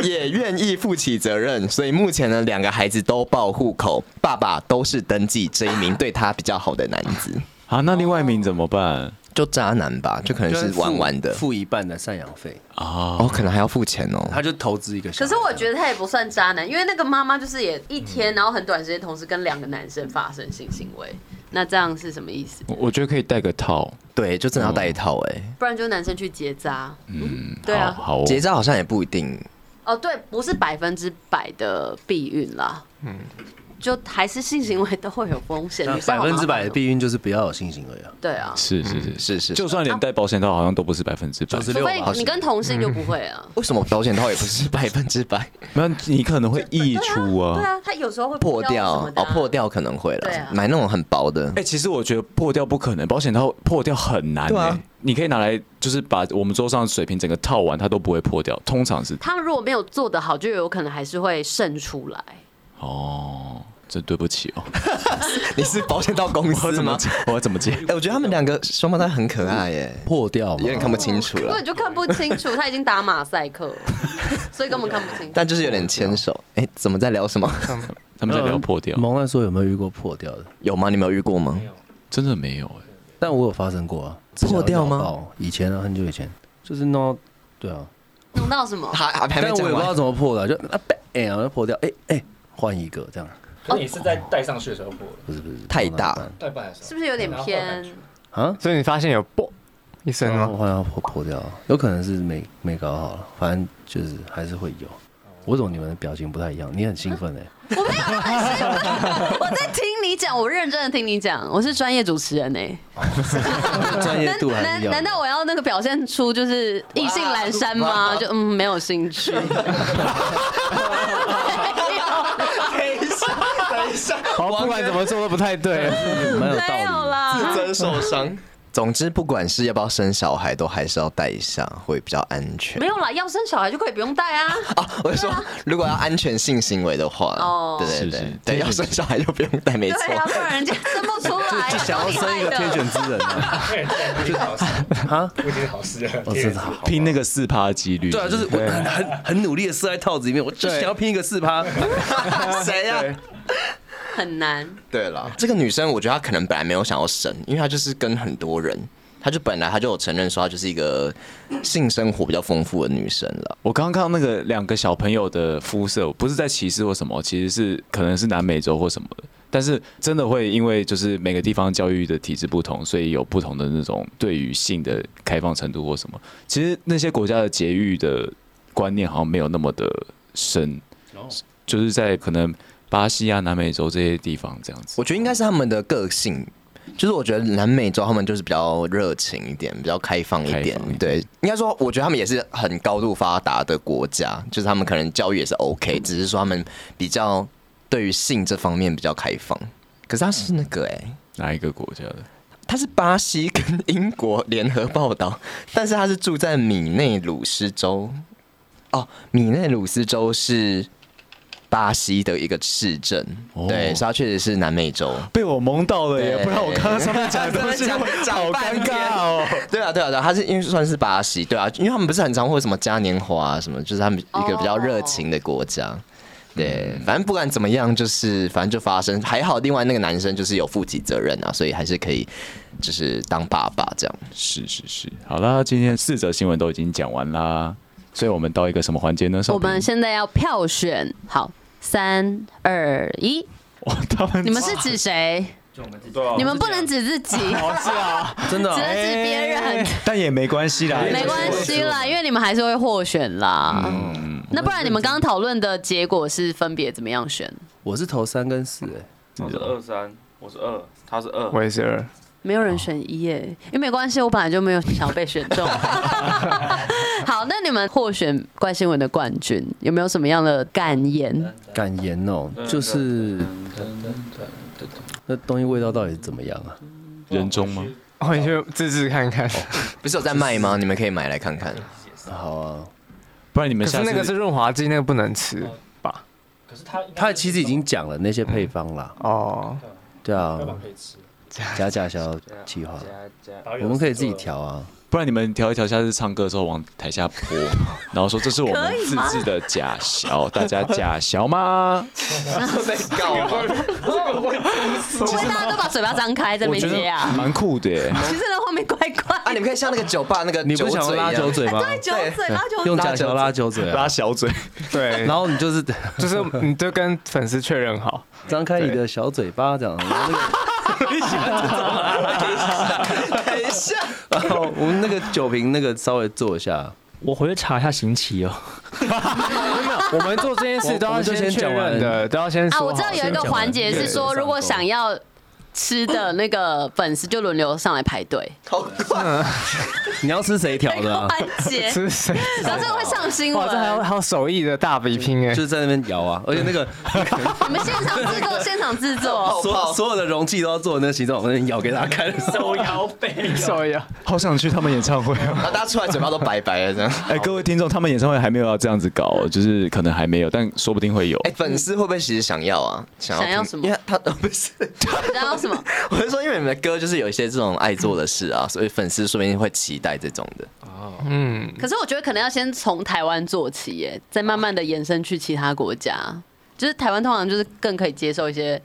也愿意负起责任，所以目前呢，两个孩子都报户口，爸爸都是登记这一名对他比较好的男 子，
啊，那另外一名怎么办
就渣男吧，就可能是玩玩的，
付一半的赡养费，
啊？
哦，可能还要付钱哦。
他就投资一个
可
小孩。
是我觉得他也不算渣男，因为那个妈妈就是也一天，然后很短时间同时跟两个男生发生性行为，那这样是什么意思？
我觉得可以带个套。
对，就真的要
嗯
带一套哎、
不然就男生去结扎。
嗯，
对啊
好好哦
结扎好像也不一定，
哦，对，不是百分之百的避孕啦。就还是性行为都会有风险，女生
百
好麻
分
烦
之百的
哦
避孕就是不要有性行为啊，
对啊，
是是是，
是是，
就算连戴保险套，好像都不是百分之百
九。十
除
六
非
吧。
你跟同性就不会啊。
为什么保险套也不 是百分之百
那你可能会溢出啊。
对啊，他有时候会
破掉
什么的
哦
啊，
破。掉可能会
对啊
了，买那种很薄的
哎、，其实我觉得破掉不可能，保险套破掉很难、欸。
对啊
你可以拿来就是把我们桌上的水瓶整个套完，它都不会破掉，通常是。
他如果没有做得好，就有可能还是会渗出来。
哦，真对不起哦，
你是保险套公司吗？
我要怎么接？
哎，我觉得他们两个双胞胎很可爱耶，
破掉嘛
有，点看不清楚
啊
根
了
本，就看不清楚，他已经打马赛克 了，所以根本看不清
啊
楚。
但就是有点牵手。哎，怎么在聊 什么？
他们在聊破掉，
蒙乱说有没有遇过破掉的？
有吗？你们有遇过吗？
真的没有哎、
但我有发生过啊，
破掉吗
自己要咬爆？以前啊，很久以前，就是弄到，对啊，
弄到什么？
还还还没
但我也
讲
不知道
完，
怎么破的啊，就啊，啪哎，然后破掉，哎哎，换一个这样，
可是你是在带上去的时候破的，
不是不是
太大
带半的时候
是不是有点偏？
啊，
所以你发现有啵一声
然
吗
后？换要破破掉，有可能是没没搞好了，反正就是还是会有。我懂你们的表情不太一样，你很兴奋哎、
我没有很兴奋，我在听你讲，我认真的听你讲，我是专业主持人呢、
专业度还
难
是要的。
难道我要那个表现出就是意兴阑珊 吗？就嗯，没有兴趣。没有
好，哦不管怎么做都不太对。
蛮有
没有
道理？
啦，
真受伤。总之，不管是要不要生小孩，都还是要带一下，会比较安全
没。有啦，要生小孩就可以不用带 啊。
啊，我是说，如果要安全性行为的话，
哦
对对
是
对
是，
对，要生小孩就不用带，没错。
对啊，不然人家生不出来，
就想要生一个天选之人啊！啊，
不一定是好事啊。
我真的好。
拼那个四趴几率。
对啊，就是我很很很努力的射在套子里面，我就想要拼一个 四趴。谁啊呀？
很难。
对啦，这个女生我觉得她可能本来没有想要生，因为她就是跟很多人，她就本来她就有承认说她就是一个性生活比较丰富的女生了。
我刚刚看到那个两个小朋友的肤色，不是在歧视或什么，其实是可能是南美洲或什么的，但是真的会因为就是每个地方教育的体制不同，所以有不同的那种对于性的开放程度或什么。其实那些国家的节育的观念好像没有那么的深，就是在可能巴西啊、南美洲这些地方这样子。
我觉得应该是他们的个性，就是我觉得南美洲他们就是比较热情一点，比较开放一
开
点
放一点。
对，应该说我觉得他们也是很高度发达的国家，就是他们可能教育也是 OK，只
嗯
是说他们比较对于性这方面比较开放。可是她是那个哎、
哪一个国家的？
他是巴西跟英国联合报道，但是他是住在米内鲁斯州。哦，米内鲁斯州是巴西的一个市镇，对，所以它确实是南美洲。
被我蒙到了耶！
对
不然我刚刚上面讲的东西好尴尬哦。
对啊，对啊，对啊，他是因为算是巴西，对啊，因为他们不是很常会有什么嘉年华、啊、什么，就是他们一个比较热情的国家。对，反正不管怎么样，就是反正就发生，还好另外那个男生就是有负起责任啊，所以还是可以就是当爸爸这样。
是是是，好啦，今天四则新闻都已经讲完啦，所以我们到一个什么环节呢？少
我
平
们现在要票选，好，三二一，
哇，哦他们
你们是指谁？
啊哦
你们不能指自己，只
真的啊哎
能指别人，
但也没关系啦，
没关系啦，因为你们还是会获选啦。
嗯
那不然你们刚刚讨论的结果是分别怎么样选？
我是投三跟四哎，
我是二三，我是二，他是二，
我也是二，
没有人选一耶，因为没关系，我本来就没有想要被选中。好，那你们获选怪新闻的冠军，有没有什么样的感言？
敢言哦，就是那东西味道到底是怎么样啊？
人中吗？
我也哦去自制看看。
不是有在卖吗？你们可以买来看看。
好啊，
不然你们
可
下
是
次
那个是润滑剂，那个不能吃吧？
可是他应该
他其实已经讲了那些配方啦，
哦，
对啊
标，榜可以吃，
加价销计划，我
我
们可以自己。调啊。
不然你们调一调，下次唱歌的时候往台下 泼，然后说这是我们自制的假小，大家假小吗？
会不会大家都把嘴巴张开在那
我觉
边接
得
啊？
蛮酷的耶，
其实那画面怪怪
啊，你们可以像那个酒吧那个
你
酒
不想
嘴一啊
拉
样
酒嘴吗？
酒嘴，然后就
用假球拉酒嘴啊，
小嘴，
对，
然后你就是
就是你就跟粉丝确认好，
张开你的小嘴巴这样，然后啊 那个，然后我们那个酒瓶那个稍微坐一下，
我回去查一下刑期哦。
我们做这件事都
我
要
们就
先
先
确
讲完
认的，都要先说
啊，
好。
我知道有一个环节是说，如果想要吃的那个粉丝就轮流上来排 队。
你要吃谁调的 啊？
环 节，
是谁？啊
然后这个会上新
哇，
闻。
这还有还有手艺的大比拼哎
就！是在那边摇啊，而且 那个
你们现场制作，现场制 作。
所所有的容器都要做那个形状，我们摇给大家看。
手摇 杯，
手艺啊，
好想去他们演唱会 哦！
然后大家出来嘴巴都白白的这样。
哎，各位听众，他们演唱会还没有要这样子搞哦，就是可能还没有，但说不定会有。
哎，粉丝会不会其实想要啊？想
想要
听
什么
因为他 哦不是，
哦
然后什么？
我是说，因为你们的歌就是有一些这种爱做的事 啊，所以粉丝说不定会期待这种的。
嗯，
可是我觉得可能要先从台湾做起耶，再慢慢的延伸去其他国家。就是台湾通常就是更可以接受一些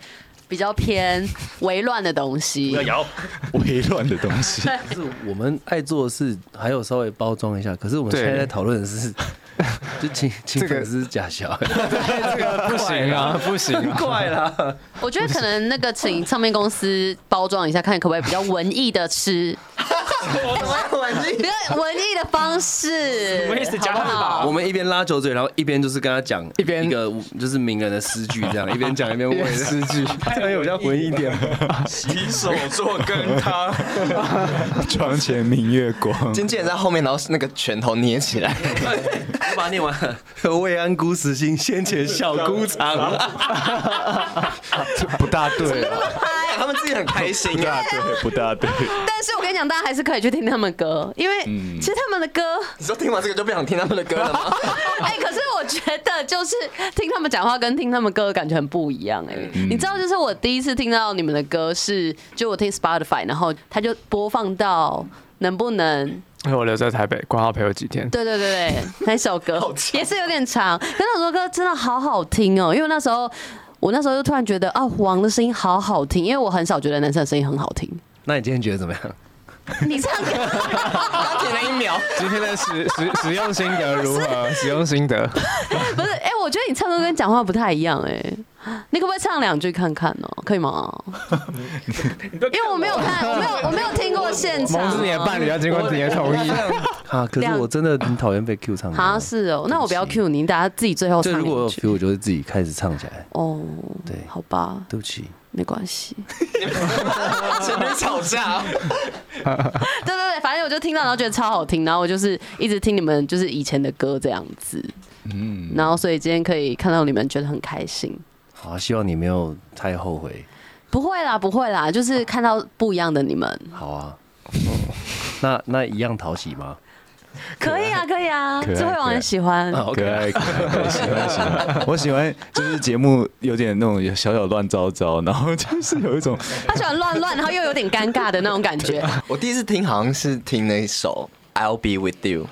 比较偏微乱的东西。
摇。
微乱的东西，
就是我们爱做的事，还有稍微包装一下。可是我们
对
现在在讨论的 是，就请请
这个
粉丝假笑，
这个不行啊，不行啊！
怪啦。
我觉得可能那个请唱片公司包装一下，看可不可以比较文艺的吃，比较文艺的方式，
什么意思
好不好
我？们一边拉酒嘴，然后一边就是跟他讲
一边
一个就是名人的诗句，这 样一边讲一边问诗句，这哎边有比较文艺一 点。
洗手做羹 汤，
床前明月光。
经纪人在后面，然后那个拳头捏起来，
我把它念完了。未安姑死心，先前小姑长。
不大对 啊，
他们自己很开心
不
啊
大。 对，不大对。
但是我跟你讲，大家还是可以去听他们歌，因为
嗯
其实他们 的歌，
你说听完这个就不想听他们的歌了吗？
哎、可是我觉得就是听他们讲话跟听他们歌感觉很不一样哎、
嗯
你知道，就是我第一次听到你们的歌是，就我听 Spotify，然后他就播放到能不能
因为我留在台北，挂号陪我几天。
对对对对，那首歌也是有点长，但那首歌真的好好听哦，因为那时候我那时候就突然觉得啊，王的声音好好听，因为我很少觉得男生的声音很好听。
那你今天觉得怎么样？
你唱 歌，
他停了一秒，
今天的使使使用心得如何？ 使用心得，
不是，哎、我觉得你唱歌跟讲话不太一样、哎，你可不可以唱两句看看哦？可以吗？因为我没有看，我没有，我没有听过现场、啊
蒙是你的伴侣要经过你的同意。
啊，可是
两
我真的很讨厌被 Q 唱歌。
好像是哦，那我不要 cue 你，你大家自己最后
就
唱
如果
两
有
句
feel，我就会自己开始唱起来。
哦。
对，
好吧，
对不起，
没关系。
前面吵 架。
对对对，反正我就听到，然后觉得超好听，然后我就是一直听你们就是以前的歌这样子，嗯，然后所以今天可以看到你们，觉得很开心。
好，希望你没有太后悔。
不会啦，不会啦，就是看到不一样的你们，
好啊， 那那一样讨喜吗？
可以啊，可以啊，
爱哦
智慧王很喜欢。
可爱可爱，可爱喜欢喜欢。我喜欢就是节目有点那种小小乱糟糟，然后就是有一种
他喜欢乱乱，然后又有点尴尬的那种感觉。
我第一次听好像是听那一首《I'll Be With You》，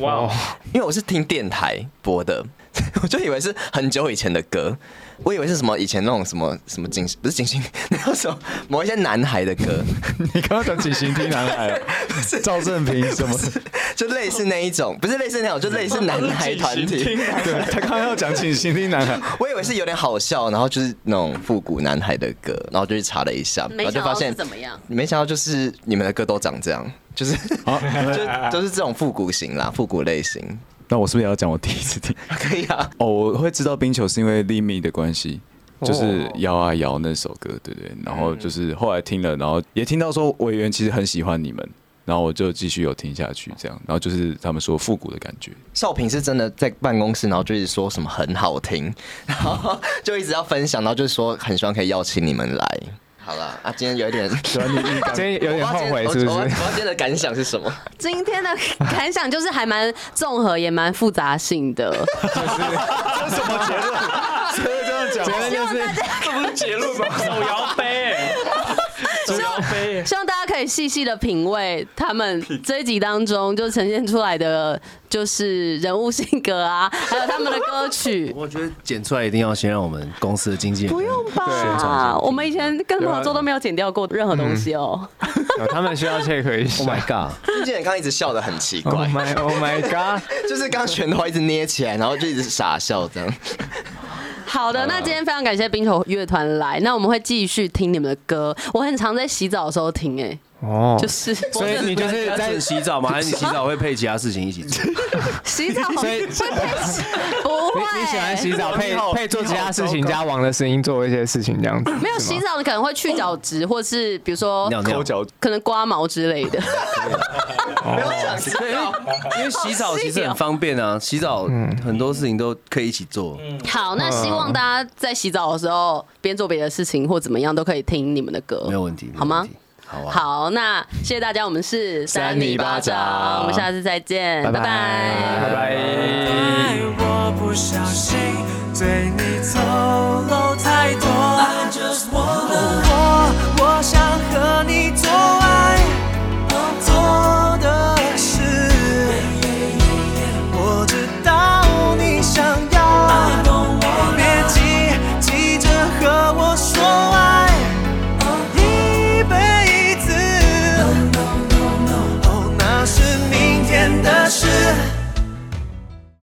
哇哦，
因为我是听电台播的， 我就以为是很久以前的歌，我以为是什么以前那种什么什么金不是金星， 那叫什么某一些男孩的歌，
你刚刚讲起行听男孩啊，赵正平什么？
就类似那一种，不是类似那种，就类似男孩团体。
对他刚刚要讲起行听男孩，
我以为是有点好笑，然后就是那种复古男孩的歌，然后就去查了一下，然
没
后就
想
发
到是
现
怎么样？
没想到就是你们的歌都长这样，就是 就就是这种复古型啦，复古类型，
那我是不是也要讲我第一次听？
可以啊。
哦，我会知道冰球是因为利密的关系，就是摇啊摇那首歌，对不对？然后就是后来听了，然后也听到说委员其实很喜欢你们，然后我就继续有听下去，这样，然后就是他们说复古的感觉，
少平是真的在办公室，然后就一直说什么很好听，然后就一直要分享，然后就说很希望可以邀请你们来。好啦，啊，今天有一 点，
喜欢你预感，今天有点后悔是
我
不
我我
是？
今天的感想是什么？
今天的感想就是还蛮综合，也蛮复杂性的。
结论就是
这不是结论吗？手摇杯，
手摇杯，
希望大家可以细细的品味他们这一集当中就呈现出来的，就是人物性格啊，还有他们的歌曲。
我觉得剪出来一定要先让我们公司的经纪人
不用
宣传
吧，
一下
我们以前跟合作都没有剪掉过任何东西哦。
有他们需要 check 一
，Oh my
下。
god，
经纪人刚刚一直笑的很奇
Oh
怪，
my Oh my God！
就是刚刚拳头一直捏起来，然后就一直傻笑这样。
好的，那今天非常感谢冰球乐团来，那我们会继续听你们的歌，我很常在洗澡的时候听，哎，
哦
就，是
所以你就是
脖子
在洗澡吗？还是你洗澡会配其他事情一 起做？
洗澡
所以
会配洗不
你
会
你喜欢洗澡配
你好
配做其他事
你
情，
好糟
加
糕
王的声音做一些事情这样子，
没有
是吗
洗澡，你可能会去角质，或是比如说
尿尿。
脚
可能刮毛之类的。
对，因为 因为洗澡其实很方便啊，洗澡很多事情都可以一起做。
好，那希望大家在洗澡的时候，边做别的事情或怎么样，都可以听你们的歌，
没有问题，
好吗
没有问题？好啊，
好，那谢谢大家，我们是
三米巴掌
我们下次再见，拜拜
拜拜。
我不小心对你透露太多哦